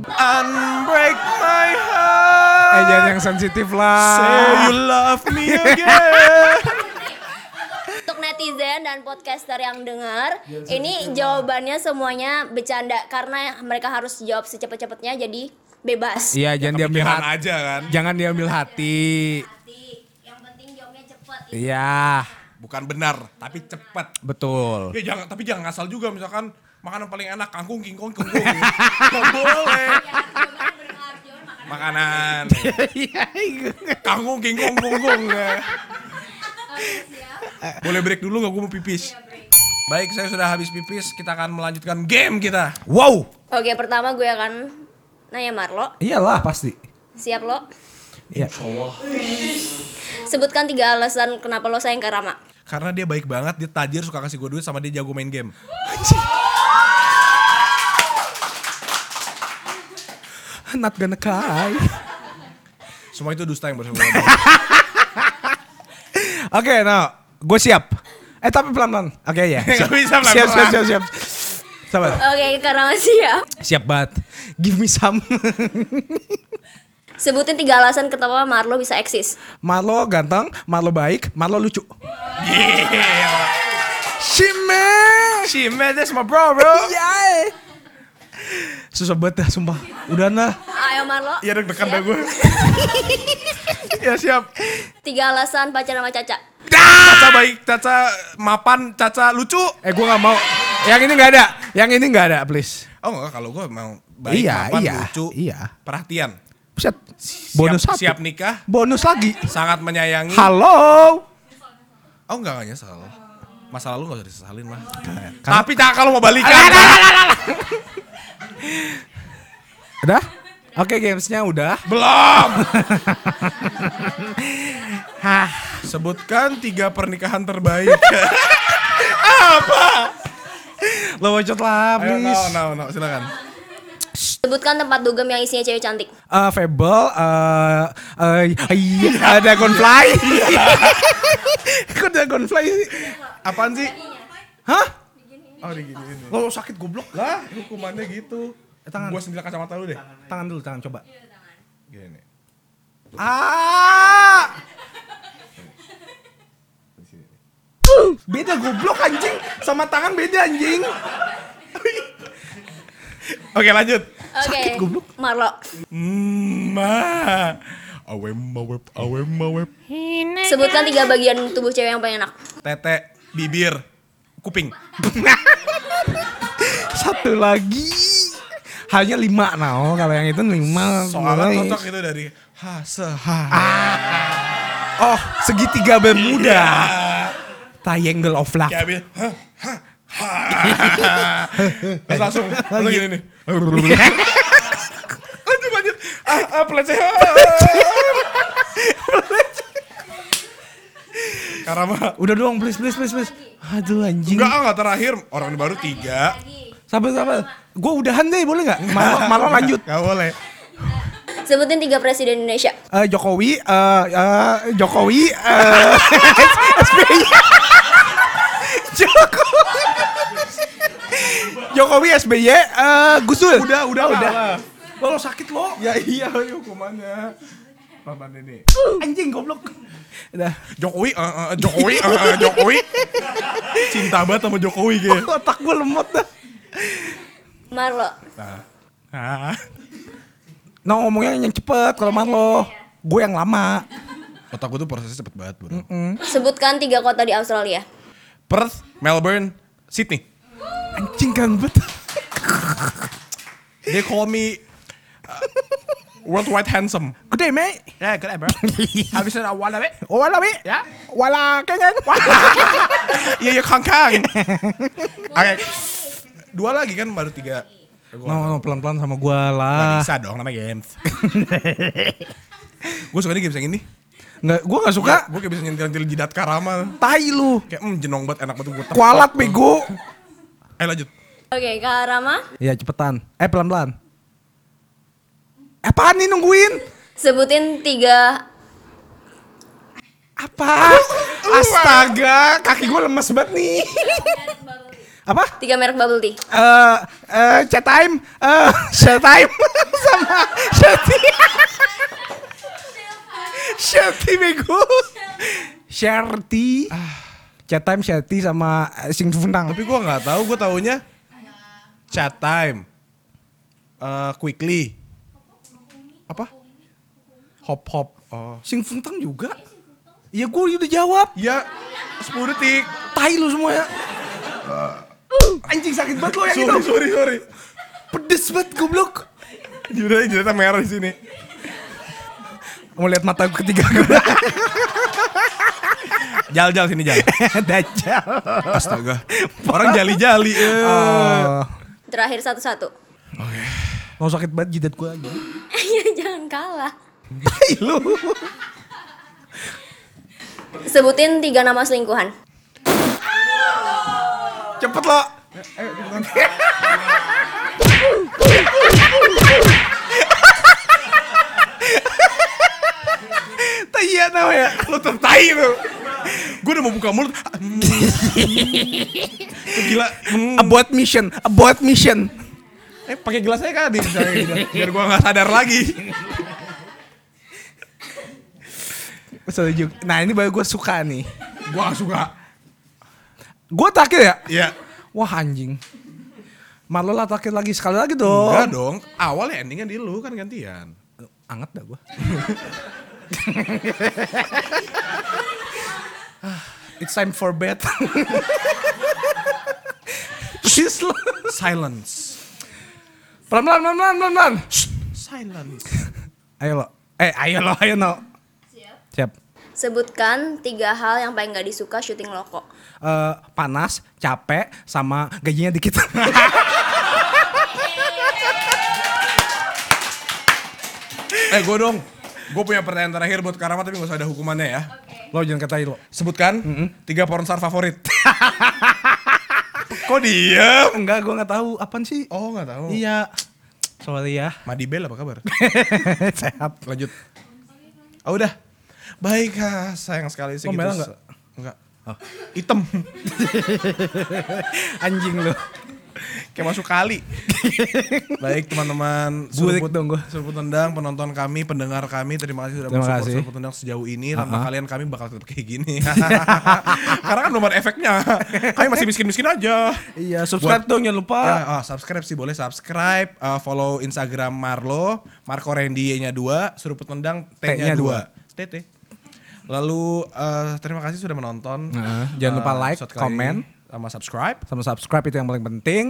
Unbreak my heart. Eh jangan yang sensitif lah. Say you love me again. Untuk netizen dan podcaster yang dengar, Iya, ini jawabannya semuanya bercanda karena mereka harus jawab secepat-cepatnya jadi bebas. Iya jangan diambil Pikiran hati. aja kan. Jangan diambil hati. Yang penting jawabnya cepat. Iya Bukan benar, tapi cepat. betul. Ya jangan, tapi jangan ngasal juga misalkan makanan paling enak kangkung kingkong kungkung. Nggak boleh. Makanan. Iya, kangkung kingkong kungkung. ya. Boleh break dulu nggak? Gue mau pipis. Baik, saya sudah habis pipis. Kita akan melanjutkan game kita. Wow. Oke, pertama gue akan nanya Marlo. Iyalah pasti. Siap lo? Iya. Sebutkan tiga alasan kenapa lo sayang Karama. Karena dia baik banget, dia tajir, suka kasih gue duit, sama dia jago main game. Not gonna cry. Semua itu dusta yang bersama Oke, nah, gue siap. Eh tapi pelan-pelan. Oke ya. Nggak bisa Siap, siap, pelan-pelan. siap, siap. Sabar. Oke, Karama siap. Siap banget. Give me some. Sebutin tiga alasan kenapa Marlo bisa eksis. Marlo ganteng, Marlo baik, Marlo lucu. Shime. She made this my bro, bro. Yay. Susah banget dah, sumpah. Udah nah. Ayo Marlo. Iya deg-degan dah Siap. gue. ya siap. Tiga alasan pacaran sama Caca. Caca baik, Caca mapan, Caca lucu. Eh gue gak mau. Yang ini gak ada. Yang ini gak ada, please. Oh enggak, kalau gue mau baik, Iya, mapan, iya, lucu, iya. perhatian. Buset. Siap- Bonus satu. Siap nikah, Bonus lagi. sangat menyayangi. Halo. Oh enggak, enggak nyesel. Masa lalu gak usah disesalin mah. Nah, Karena- Tapi Caca kalau mau balikan. Udah? Oke, gamesnya udah. Belum. Sebutkan tiga pernikahan terbaik. Lo wajot lah, Ayo, please. no, no, no, silakan. Sebutkan tempat dugem yang isinya cewek cantik. Eh, Fable, eh eh, iya, Dragonfly. Kok Dragonfly sih? Apaan sih? Hah? Oh diginiin. Lo sakit goblok lah. Hukumannya gitu. Eh, tangan. Gua sendiri kacamata lu deh. Tangan dulu, tangan coba. Gini. Ah! Beda goblok anjing, sama tangan beda anjing. Oke, lanjut. Oke. Marlo. Ma. Awem awep awem awep. Sebutkan tiga bagian tubuh cewek yang paling enak. Tete, bibir, kuping. Satu lagi. Hanya lima nao, kalau yang itu lima. Soalnya Mulai. cocok itu dari ha se ha. Oh, segitiga bermuda. Triangle of love. Kayak habis ha ha ha. Terus langsung langsung gini nih. lanjut lanjut. Ah, ah pelecehan. Karama. Udah dong, please, please, please, please. Aduh anjing. Enggak, enggak terakhir. Orang baru tiga. Sabar, sabar. Gue udahan deh, boleh nggak? Malah, malah lanjut. Gak boleh. Sebutin tiga presiden Indonesia. Eh, Jokowi, eh, eh, Jokowi, eh, SBY. Jokowi. Jokowi, SBY, eh, Gus Dur. Udah, udah, Oh, udah. udah. Lo, lo sakit lo. Ya iya, ayo hukumannya. Paman ini. Anjing goblok. Udah. Jokowi, eh, eh, Jokowi, eh, eh, Jokowi. Cinta banget sama Jokowi kayak. Otak gue lemot dah. Marlo. Ah. No, ngomongnya yang cepet kalau Marlo. Gue yang lama. Otak gue tuh prosesnya cepet banget bro. Sebutkan tiga kota di Australia. Perth, Melbourne, Sydney. Anjing kan bet. They call me uh, worldwide handsome. Good day, mate. Ya, yeah, good bro. Habis itu awal apa? Wala, mate. Ya. Wala, kengen. Iya, iya kangkang. Oke. Dua lagi kan baru tiga. No, no, pelan-pelan sama gue lah. Nggak bisa dong nama games. gue suka nih games yang ini. Nggak, gue nggak suka. Gue kayak bisa nyentil-nyentil jidat karama. Tai lu. Kayak hmm, jenong banget enak banget gue. Kualat bego. Ayo lanjut. Oke, Kak Rama. Iya cepetan. Eh pelan-pelan. Apaan nih nungguin? Sebutin tiga Apa? Astaga, kaki gue lemes banget nih. Apa? tiga merek bubble tea. Eh, eh, chat time, eh, chat time sama Shanti. Shanti bego. Shanti. Chat time Shanti sama eh, Sing Funang. Tapi gue nggak tahu. Gue taunya chat time, Eh, quickly, apa? Hop hop. Oh. Sing Funtang juga. Ya gue udah jawab. Ya, 10 detik. Tai lu semua ya. Anjing sakit banget lo yang itu. sorry, sorry, sorry. Pedes banget goblok. Judulnya cerita merah di sini. Mau lihat mata gue ketiga gue. Jal, jal sini jal. Dajjal. Astaga. Orang jali-jali. eh. Terakhir satu-satu. Mau sakit banget jidat gue aja. Ya jangan kalah. Tai lu. Sebutin tiga nama selingkuhan. Cepet lo. Tai iya, ya tau ya. Lu tertai lu. Gue udah mau buka mulut. Gila. Hmm. About mission, about mission. Eh pakai gelas aja kan misalnya gitu. Biar gue gak sadar lagi. Setuju. Nah ini baru gue suka nih. Gue gak suka. Gue terakhir ya? Iya. Wah anjing. Marlo lah terakhir lagi sekali lagi dong. Enggak dong. Awalnya endingnya di lu kan gantian. Anget dah gue. It's time for bed. She's Silence. pelan pelan pelan pelan pelan pelan. Silence. Ayo lo. Eh ayo lo ayo no. Siap. Siap. Sebutkan tiga hal yang paling gak disuka syuting loko. Eh, panas, capek, sama gajinya dikit. eh gue dong. Gue punya pertanyaan terakhir buat Karama tapi gak usah ada hukumannya ya. lo jangan katain lo. Sebutkan tiga pornstar favorit. Kok diem? Enggak, gue nggak tahu. Apaan sih? Oh gak tahu. Iya. Sorry ya. Madibel apa kabar? Sehat. Lanjut. Oh udah. Baik, ah, sayang sekali sih Oh, gitu. merah nggak? Ah. Enggak. Hitam. Anjing lu. Kayak masuk kali. Baik teman-teman. Burik Suruput- dong gua. Suruput Tendang, penonton kami, pendengar kami. Terima kasih sudah Terima mensupport kasih. Suruput Tendang sejauh ini. Tanpa Uh-uh. kalian kami bakal tetap kayak gini. Karena kan belum ada efeknya. Kami masih miskin-miskin aja. Iya, subscribe Buat- dong jangan lupa. Ya, ah, subscribe sih boleh subscribe, eh, follow Instagram Marlo, Marco Randy nya 2, Suruput Tendang T-nya T-nya 2. TT. Lalu eh, terima kasih sudah menonton. Nah, jangan lupa Eh, like, episode kali ini comment. sama subscribe. Sama subscribe itu yang paling penting.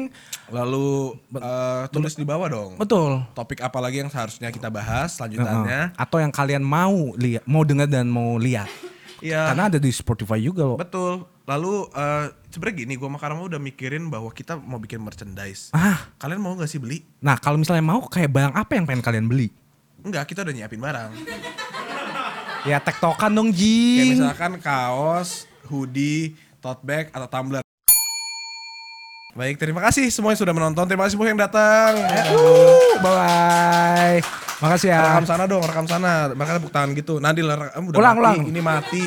Lalu eh, tulis di bawah dong. Betul. Topik apa lagi yang seharusnya kita bahas lanjutannya? Heeh. Atau yang kalian mau lihat, mau dengar dan mau lihat. Iya. Karena ada di Spotify juga loh. Betul. Lalu eh, sebenarnya gini, gua sama Karma udah mikirin bahwa kita mau bikin merchandise. Ah. Kalian mau gak sih beli? Nah, kalau misalnya mau kayak barang apa yang pengen kalian beli? Enggak, kita udah nyiapin barang. Ya tektokan dong, Kayak Jing. misalkan kaos, hoodie, tote bag, atau tumbler. Baik, terima kasih semua yang sudah menonton. Terima kasih semua yang datang. Iya. Bye. Makasih ya. Rekam sana dong, rekam sana. Makanya tepuk tangan gitu. Nadil, rekam, udah Ulang, mati. ulang. Ini mati.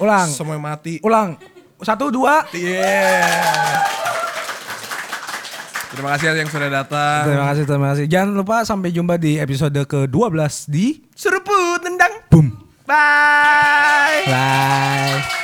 Ulang. Semua yang mati. Ulang. Satu, dua. Yeah. Terima kasih yang sudah datang. Terima kasih, terima kasih. Jangan lupa sampai jumpa di episode ke-12 di Seruput tendang. Boom. Bye. Bye.